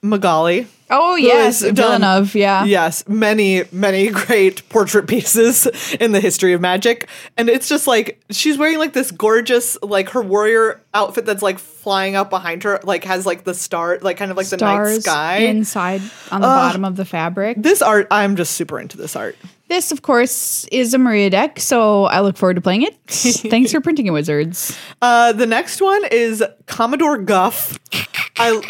S2: Magali.
S1: oh,
S2: who
S1: yes.
S2: has done-
S1: Villeneuve. Yeah.
S2: Yes. Many, many great portrait pieces in the history of magic. And it's just like she's wearing like this gorgeous, like her warrior outfit that's like flying up behind her, like has like the star, like kind of like the night
S1: Stars
S2: sky.
S1: inside on the bottom of the fabric.
S2: this art, I'm just super into this art.
S1: This, of course, is a Maria deck, so I look forward to playing it. Thanks for printing it, Wizards.
S2: Uh, the next one is Commodore Guff. I,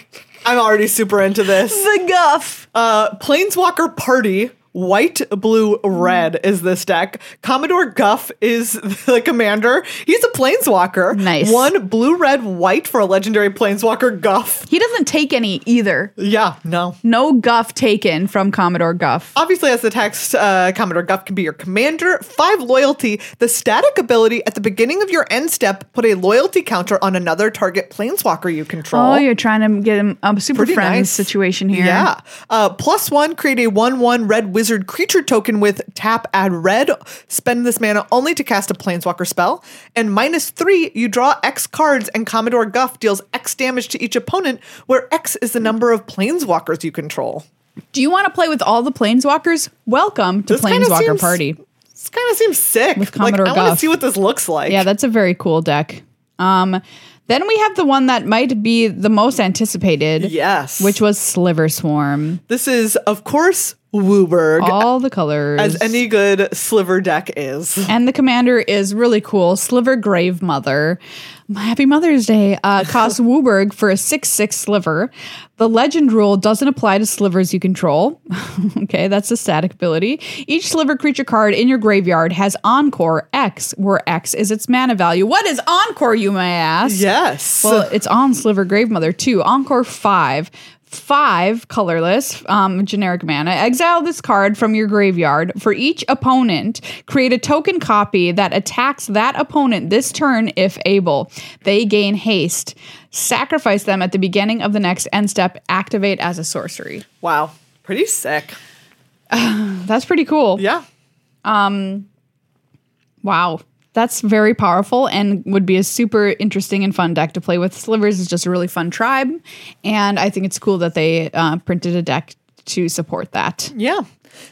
S2: I'm already super into this.
S1: The guff.
S2: Uh, Planeswalker Party. White, blue, red is this deck. Commodore Guff is the commander. He's a planeswalker.
S1: Nice.
S2: One blue, red, white for a legendary planeswalker Guff.
S1: He doesn't take any either.
S2: Yeah, no.
S1: No guff taken from Commodore Guff.
S2: Obviously, as the text, uh, Commodore Guff can be your commander. Five loyalty. The static ability at the beginning of your end step, put a loyalty counter on another target planeswalker you control.
S1: Oh, you're trying to get him a super
S2: Pretty
S1: friends
S2: nice.
S1: situation here.
S2: Yeah. Uh, plus one, create a one one red wizard creature token with tap add red. Spend this mana only to cast a planeswalker spell. And minus three, you draw X cards and Commodore Guff deals X damage to each opponent, where X is the number of planeswalkers you control.
S1: Do you want to play with all the Planeswalkers? Welcome to
S2: This kinda
S1: Planeswalker
S2: seems-
S1: Party.
S2: This kind of seems sick.
S1: With Commodore
S2: like, I want
S1: Guff.
S2: to see what this looks like.
S1: Yeah, that's a very cool deck. Um, Then we have the one that might be the most anticipated.
S2: Yes.
S1: Which was Sliver Swarm.
S2: This is, of course, Wooberg,
S1: All the colors.
S2: as any good sliver deck is.
S1: and the commander is really cool. Sliver Grave Mother. Happy Mother's Day. Uh, costs Wooburg for a 6 6 sliver. The legend rule doesn't apply to slivers you control. okay, that's a static ability. Each sliver creature card in your graveyard has Encore X, where X is its mana value. What is Encore, you may ask?
S2: Yes.
S1: Well, it's on Sliver Gravemother too. Encore five. Five colorless, um, generic mana. Exile this card from your graveyard. For each opponent, create a token copy that attacks that opponent this turn if able. They gain haste. Sacrifice them at the beginning of the next end step. Activate as a sorcery.
S2: wow. Pretty sick.
S1: That's pretty cool.
S2: Yeah.
S1: Wow. That's very powerful and would be a super interesting and fun deck to play with. Slivers is just a really fun tribe, and I think it's cool that they uh, printed a deck to support that.
S2: Yeah.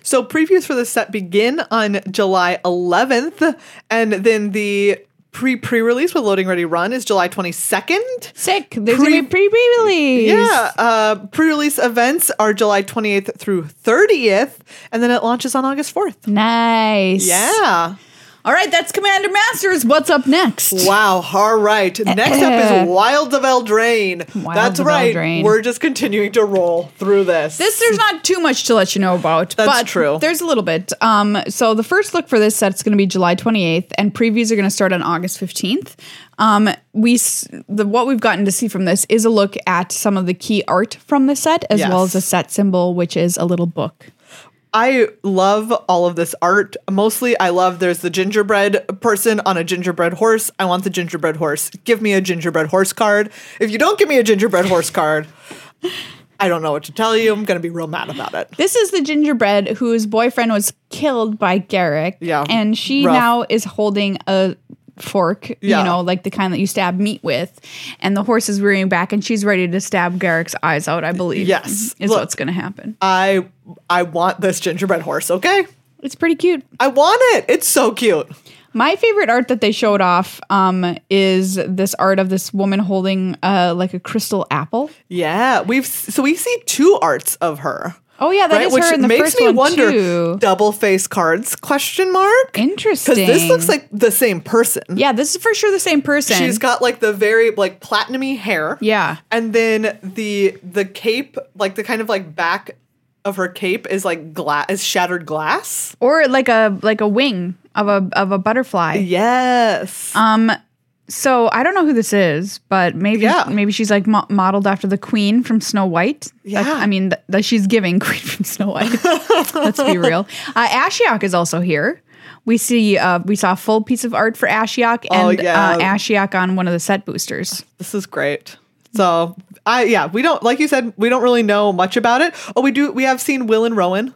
S2: So previews for the set begin on July 11th, and then the pre pre release with Loading Ready Run is July 22nd.
S1: Sick. There's gonna be pre-release.
S2: Yeah, uh, pre release events are July 28th through 30th, and then it launches on August 4th.
S1: Nice.
S2: Yeah.
S1: All right. That's Commander Masters. What's up next?
S2: Wow. All right. Next up is Wilds of Eldraine.
S1: Wilds
S2: That's
S1: of
S2: right.
S1: Eldraine.
S2: We're just continuing to roll through this.
S1: This there's not too much to let you know about.
S2: That's
S1: but
S2: true.
S1: There's a little bit. Um, so the first look for this set's going to be July 28th, and previews are going to start on August 15th. Um, we s- the what we've gotten to see from this is a look at some of the key art from the set, as well
S2: Yes.
S1: as a set symbol, which is a little book.
S2: I love all of this art. Mostly, I love there's the gingerbread person on a gingerbread horse. I want the gingerbread horse. Give me a gingerbread horse card. If you don't give me a gingerbread horse card, I don't know what to tell you. I'm going to be real mad about it.
S1: This is the gingerbread whose boyfriend was killed by Garrick.
S2: Yeah.
S1: And she
S2: Rough.
S1: now is holding a fork,
S2: Yeah.
S1: you know, like the kind that you stab meat with. And the horse is rearing back and she's ready to stab Garrick's eyes out, I believe.
S2: Yes.
S1: Is
S2: Look.
S1: what's going to happen.
S2: I I want this gingerbread horse, okay?
S1: It's pretty cute.
S2: I want it. It's so cute.
S1: My favorite art that they showed off um, is this art of this woman holding uh, like a crystal apple.
S2: Yeah, we've so we see two arts of her.
S1: Oh, yeah, that
S2: right?
S1: is
S2: Which
S1: her in the
S2: makes
S1: first
S2: me
S1: one,
S2: wonder
S1: too.
S2: double face cards question mark?
S1: Interesting.
S2: Cuz this looks like the same person.
S1: Yeah, this is for sure the same person.
S2: She's got like the very like platinumy hair.
S1: Yeah.
S2: And then the the cape, like the kind of like back of her cape is like glass is shattered glass.
S1: or like a like a wing of a of a butterfly.
S2: Yes.
S1: So I don't know who this is, but maybe
S2: Yeah.
S1: maybe she's like mo- modeled after the queen from Snow White. That-
S2: Yeah.
S1: I mean th- that she's giving queen from Snow White. Let's be real. Uh, Ashiok is also here. We see uh, we saw a full piece of art for Ashiok
S2: Oh,
S1: and
S2: yeah.
S1: uh, Ashiok on one of the set boosters.
S2: this is great. So I yeah, we don't like you said, we don't really know much about it. Oh, we do we have seen Will and Rowan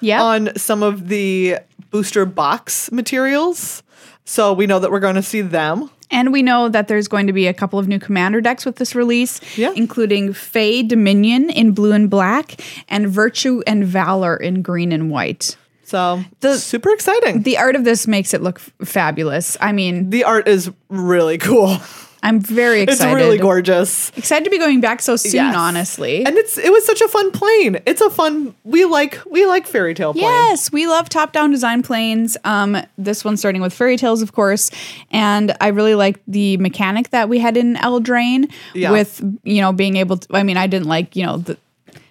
S1: Yeah,
S2: on some of the booster box materials. So we know that we're gonna see them.
S1: and we know that there's going to be a couple of new commander decks with this release,
S2: Yeah.
S1: including Fey Dominion in blue and black, and Virtue and Valor in green and white.
S2: So super exciting.
S1: The art of this makes it look f- fabulous. I mean,
S2: the art is really cool.
S1: I'm very
S2: It's
S1: excited.
S2: really gorgeous.
S1: Excited to be going back so soon,
S2: Yes.
S1: honestly.
S2: And it's it was such a fun plane. It's a fun we like we like fairy tale plane.
S1: yes, we love top-down design planes. Um, this one's starting with fairy tales, of course, and I really like the mechanic that we had in Eldraine
S2: Yeah.
S1: with you know being able to. I mean, I didn't like you know the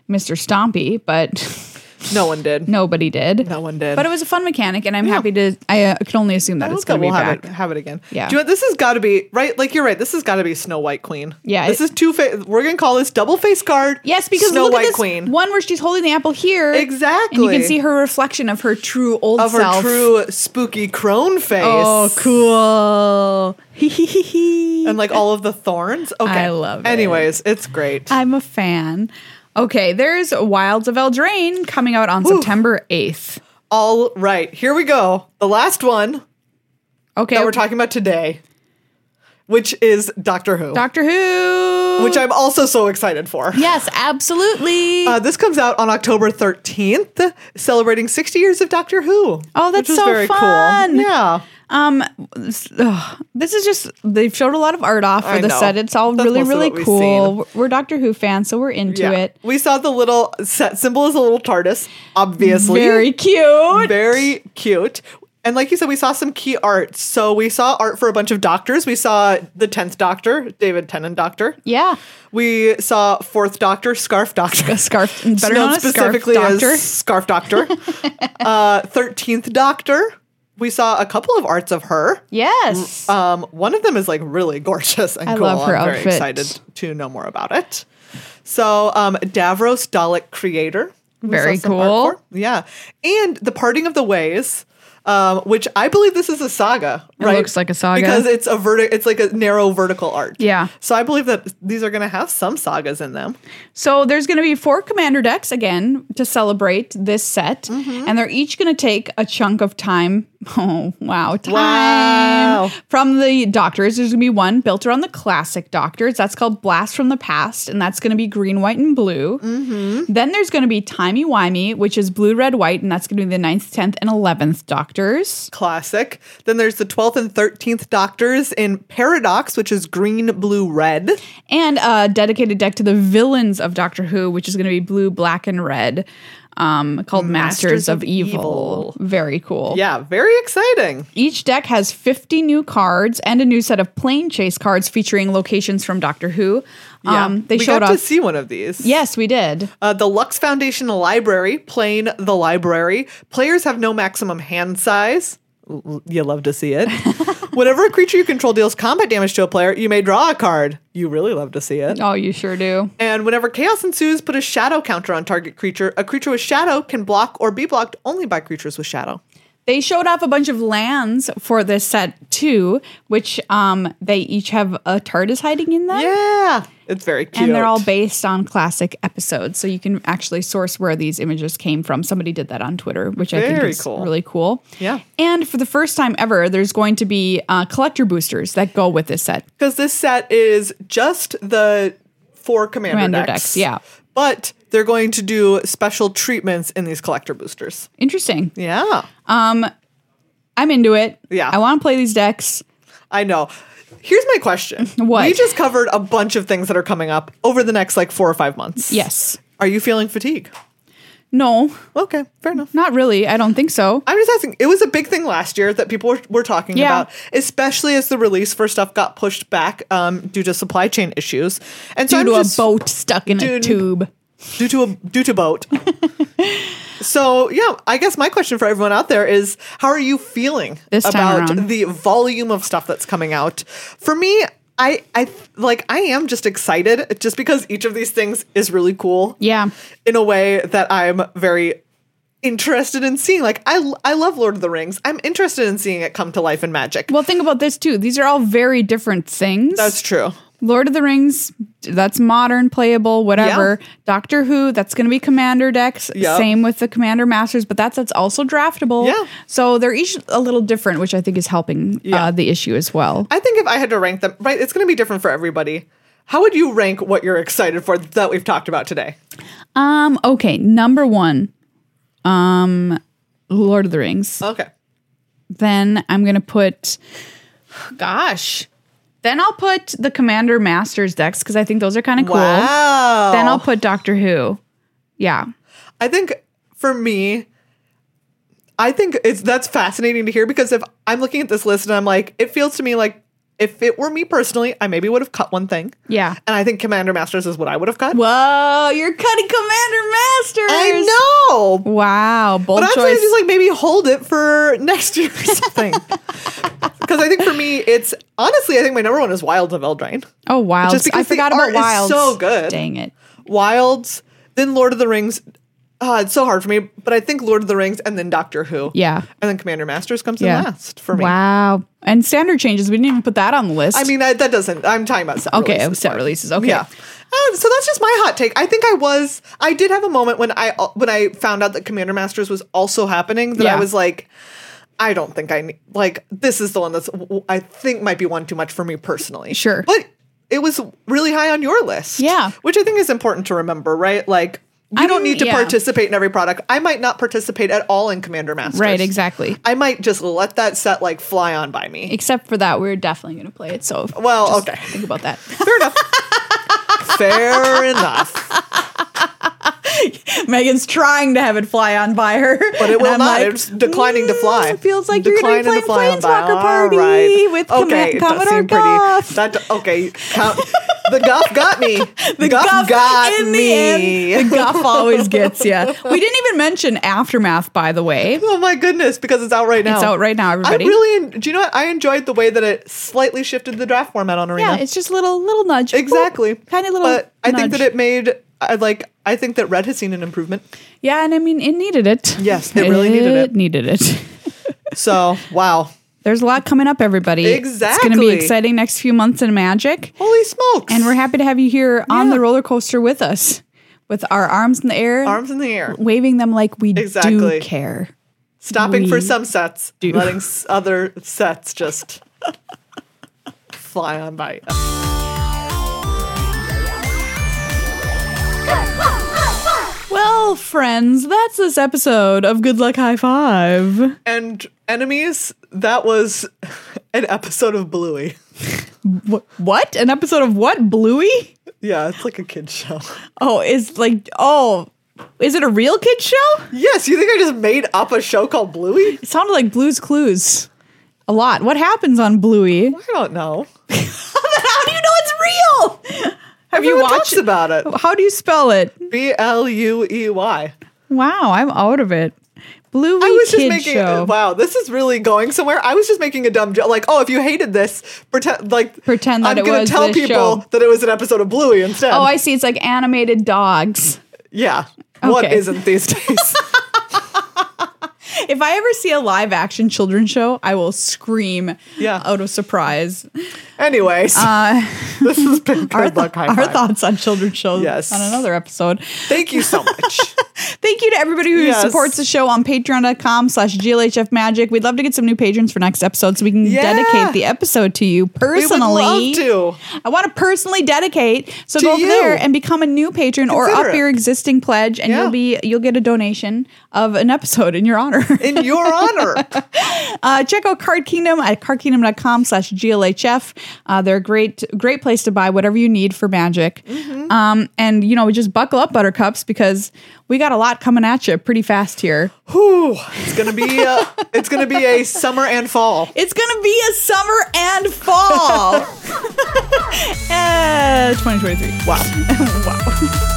S1: Mr. Stompy, but
S2: No one did.
S1: nobody did.
S2: No one did.
S1: But it was a fun mechanic, and I'm happy to. I uh, can only assume that
S2: I
S1: it's
S2: hope
S1: going
S2: that
S1: to be
S2: we'll have
S1: back.
S2: it, have it again.
S1: Yeah.
S2: Do you know, this has got to be right. Like you're right. This has got to be Snow White Queen.
S1: Yeah,
S2: This
S1: it-
S2: is two. Fa- we're gonna call this double face card.
S1: Yes, because
S2: Snow
S1: look
S2: White
S1: at this
S2: Queen
S1: one where she's holding the apple here. And you
S2: Exactly.
S1: can see her reflection of her true old
S2: of her
S1: self.
S2: true spooky crone face.
S1: Oh, cool.
S2: And like all of the thorns. Okay.
S1: I love it.
S2: Anyways, it's great.
S1: I'm a fan. Okay, there's Wilds of Eldraine coming out on September 8th.
S2: all right, here we go. The last one
S1: Okay.
S2: that we're talking about today, which is Doctor Who,
S1: Doctor Who.
S2: which I'm also so excited for.
S1: Yes, absolutely.
S2: Uh, this comes out on October 13th, celebrating 60 years of Doctor Who.
S1: Oh, that's
S2: which is
S1: so
S2: very
S1: fun.
S2: cool. Yeah.
S1: Um, s- ugh, this is just they've showed a lot of art off for
S2: I
S1: the
S2: know.
S1: set. It's all
S2: That's
S1: really
S2: mostly
S1: really
S2: what we've
S1: cool. We're- We're Doctor Who fans, so we're into it.
S2: We saw the little set symbol is a little TARDIS, obviously.
S1: Very cute.
S2: Very cute. And like you said, we saw some key art. So we saw art for a bunch of doctors. We saw the 10th Doctor, David Tennant Doctor.
S1: yeah,
S2: We saw Fourth Doctor, Scarf Doctor.
S1: a scarf better known
S2: known
S1: as scarf doctor.
S2: as Scarf Doctor. uh, 13th Doctor. We saw a couple of arts of her.
S1: yes,
S2: Um, one of them is like really gorgeous and
S1: I
S2: cool.
S1: love her
S2: I'm very
S1: outfit.
S2: excited to know more about it. So um, Davros Dalek creator. we saw
S1: Very
S2: some art
S1: cool.
S2: for. Yeah. And The Parting of the Ways, um, which I believe this is a saga,
S1: It
S2: right?
S1: looks like a saga.
S2: Because it's a verti- it's like a narrow vertical art.
S1: Yeah.
S2: So I believe that these are gonna have some sagas in them.
S1: So there's going to be four commander decks again to celebrate this set, and they're each going to take a chunk of time. Oh wow, time
S2: Wow.
S1: from the Doctors. There's going to be one built around the classic Doctors. That's called Blast from the Past, and that's going to be green, white, and blue. Then there's going to be Timey Wimey, which is blue, red, white, and that's going to be the ninth, tenth, and eleventh Doctors.
S2: Classic. Then there's the 12th and 13th Doctors in Paradox, which is green, blue, red.
S1: and a dedicated deck to the villains of Doctor Who, which is going to be blue, black, and red, um, called Masters,
S2: Masters
S1: of,
S2: of
S1: Evil.
S2: Evil.
S1: Very cool.
S2: Yeah, very exciting.
S1: Each deck has 50 new cards and a new set of plane chase cards featuring locations from Doctor Who. Um, they
S2: we
S1: showed
S2: got
S1: off.
S2: to see one of these.
S1: yes, we did.
S2: Uh, the Lux Foundation Library, playing the library. Players have no maximum hand size. L- l- You love to see it. Whenever a creature you control deals combat damage to a player, you may draw a card. You really love to see it.
S1: Oh, you sure do.
S2: And whenever chaos ensues, put a shadow counter on target creature. A creature with shadow can block or be blocked only by creatures with shadow.
S1: They showed off a bunch of lands for this set too, which um, they each have a TARDIS hiding in them.
S2: Yeah, it's very cute.
S1: And they're all based on classic episodes. So you can actually source where these images came from. Somebody did that on Twitter, which I think
S2: Very
S1: is
S2: cool.
S1: really cool.
S2: Yeah.
S1: And for the first time ever, there's going to be uh, collector boosters that go with this set.
S2: because this set is just the four commander,
S1: Commander
S2: decks.
S1: decks, yeah.
S2: but they're going to do special treatments in these collector boosters.
S1: Interesting.
S2: Yeah,
S1: I'm into it.
S2: Yeah.
S1: I want to play these decks.
S2: I know. Here's my question.
S1: What?
S2: We just covered a bunch of things that are coming up over the next like four or five months.
S1: Yes.
S2: Are you feeling fatigue?
S1: No,
S2: Okay, fair enough.
S1: not really. I don't think so.
S2: I'm just asking. It was a big thing last year that people were, were talking
S1: Yeah.
S2: about, especially as the release for stuff got pushed back um, due to supply chain issues. And so
S1: Due
S2: I'm
S1: to
S2: just,
S1: a boat stuck in a
S2: Dude.
S1: tube.
S2: due to a due to boat. so yeah, I guess my question for everyone out there is, how are you feeling
S1: This time
S2: about
S1: around.
S2: the volume of stuff that's coming out? For me, I I like I am just excited just because each of these things is really cool.
S1: Yeah.
S2: in a way that I'm very interested in seeing. Like I I love Lord of the Rings. I'm interested in seeing it come to life in magic.
S1: Well, think about this too. These are all very different things.
S2: that's true.
S1: Lord of the Rings, that's modern, playable, whatever. Doctor Who, that's going to be commander decks.
S2: Yep.
S1: Same with the commander masters, but that's that's also draftable.
S2: Yeah.
S1: So they're each a little different, which I think is helping uh,
S2: Yeah.
S1: the issue as well.
S2: I think if I had to rank them, right, it's going to be different for everybody. How would you rank what you're excited for that we've talked about today?
S1: Um. Okay. Number one, um, Lord of the Rings.
S2: Okay.
S1: Then I'm going to put, gosh. Then I'll put the commander masters decks because I think those are kind of cool.
S2: Wow.
S1: Then I'll put Doctor Who. Yeah.
S2: I think for me, I think it's that's fascinating to hear because if I'm looking at this list and I'm like, it feels to me like if it were me personally, I maybe would have cut one thing.
S1: Yeah.
S2: And I think Commander Masters is what I would have cut.
S1: Whoa, you're cutting Commander Masters.
S2: I know.
S1: Wow, bold
S2: But I'm trying
S1: choice.
S2: to just like maybe hold it for next year or something. Because I think for me, it's honestly, I think my number one is Wilds of Eldraine.
S1: oh, Wilds.
S2: Just because
S1: I
S2: the
S1: forgot about
S2: art is
S1: Wilds.
S2: so good.
S1: Dang it.
S2: Wilds, then Lord of the Rings. Ah, it's so hard for me, but I think Lord of the Rings and then Doctor Who.
S1: Yeah.
S2: And then Commander Masters comes
S1: Yeah.
S2: in last for me.
S1: Wow. And standard changes. We didn't even put that on the list.
S2: I mean, I, that doesn't, I'm talking about set
S1: okay, oh,
S2: releases
S1: set
S2: more.
S1: releases. Okay.
S2: Yeah. Uh, so that's just my hot take. I think I was, I did have a moment when I, when I found out that Commander Masters was also happening that
S1: Yeah.
S2: I was like, I don't think I need, like, this is the one that's, w- w- I think might be one too much for me personally.
S1: Sure.
S2: But it was really high on your list.
S1: Yeah.
S2: Which I think is important to remember, right? Like, You don't
S1: I'm-
S2: need to
S1: yeah.
S2: participate in every product. I might not participate at all in Commander Masters.
S1: Right, exactly.
S2: I might just let that set like fly on by me.
S1: Except for that, we're definitely going to play it. So,
S2: Well,
S1: just
S2: okay.
S1: Think about that.
S2: Fair enough. Fair enough.
S1: Megan's trying to have it fly on by her,
S2: But it
S1: And
S2: will
S1: I'm
S2: not.
S1: like,
S2: it's declining to fly.
S1: "Mm, feels like you're going to
S2: Declining
S1: be
S2: to
S1: playing
S2: fly on
S1: Planeswalker
S2: by.
S1: Party
S2: All right.
S1: with
S2: okay,
S1: Com-
S2: it does
S1: Commodore
S2: seem pretty-
S1: Gough.
S2: That, okay, count. The guff got me. The guff,
S1: guff
S2: got
S1: in
S2: me.
S1: the end. The guff always gets you. We didn't even mention aftermath, by the way.
S2: Oh my goodness! Because it's out right now.
S1: It's out right now, everybody.
S2: I really. en- Do you know what? I enjoyed the way that it slightly shifted the draft format on Arena.
S1: yeah, it's just little little nudge,
S2: exactly.
S1: kind of little.
S2: But I think that
S1: nudge.
S2: it made. I like. I think that red has seen an improvement.
S1: Yeah, and I mean, it needed it.
S2: Yes, it really needed it.
S1: Needed it.
S2: So wow!
S1: There's a lot coming up, everybody. It's going to
S2: Exactly.
S1: be exciting next few months in Magic,
S2: Holy smokes!
S1: and we're happy to have you here on
S2: Yeah.
S1: the roller coaster with us, with our arms in the air,
S2: arms in the air.
S1: waving them like we do
S2: Exactly.
S1: care.
S2: stopping
S1: We
S2: for some sets,
S1: do.
S2: letting s- other sets just fly on by.
S1: Well, friends, that's this episode of Good Luck High Five.
S2: And enemies, that was an episode of Bluey.
S1: Wh- what? An episode of what? Bluey?
S2: Yeah, it's like a kid show.
S1: Oh, is like oh, is it a real kid show?
S2: Yes, you think I just made up a show called Bluey?
S1: It sounded like Blue's Clues. A lot. What happens on Bluey?
S2: I don't know.
S1: How do you know it's real? Have you
S2: Everyone
S1: watched
S2: talks
S1: it?
S2: about it?
S1: How do you spell it?
S2: B L U E Y.
S1: Wow, I'm out of it. Bluey
S2: I was just
S1: Kid
S2: making.
S1: Show.
S2: Wow, this is really going somewhere. I was just making a dumb joke, like, oh, if you hated this, pretend like
S1: Pretend that
S2: I'm
S1: it
S2: gonna
S1: was
S2: tell
S1: this
S2: people
S1: show.
S2: that it was an episode of Bluey instead.
S1: oh, I see. It's like animated dogs.
S2: yeah. What
S1: Okay.
S2: isn't these days?
S1: If I ever see a live action children's show, I will scream
S2: Yeah.
S1: out of surprise.
S2: Anyways, this has been good
S1: Uh, Our,
S2: luck. High
S1: our
S2: five.
S1: thoughts on children's shows
S2: Yes.
S1: on another episode.
S2: Thank you so much.
S1: Thank you to everybody who
S2: Yes.
S1: supports the show on patreon.com slash glhf magic. We'd love to get some new patrons for next episode so we can
S2: Yeah.
S1: dedicate the episode to you
S2: we would
S1: personally.
S2: love to.
S1: I want to personally dedicate. So
S2: To
S1: go over
S2: you.
S1: there and become a new patron or
S2: Consider
S1: up
S2: it.
S1: your existing pledge and
S2: Yeah.
S1: you'll be you'll get a donation of an episode in your honor.
S2: In your honor.
S1: Uh, check out Card Kingdom at cardkingdom.com slash GLHF. Uh, they're a great, great place to buy whatever you need for magic.
S2: Mm-hmm.
S1: Um, and, you know, just buckle up, Buttercups, because we got a lot coming at you pretty fast here.
S2: Whew. It's gonna be uh it's gonna be a summer and fall.
S1: It's going to be a summer and fall. uh, 2023.
S2: Wow.
S1: Wow.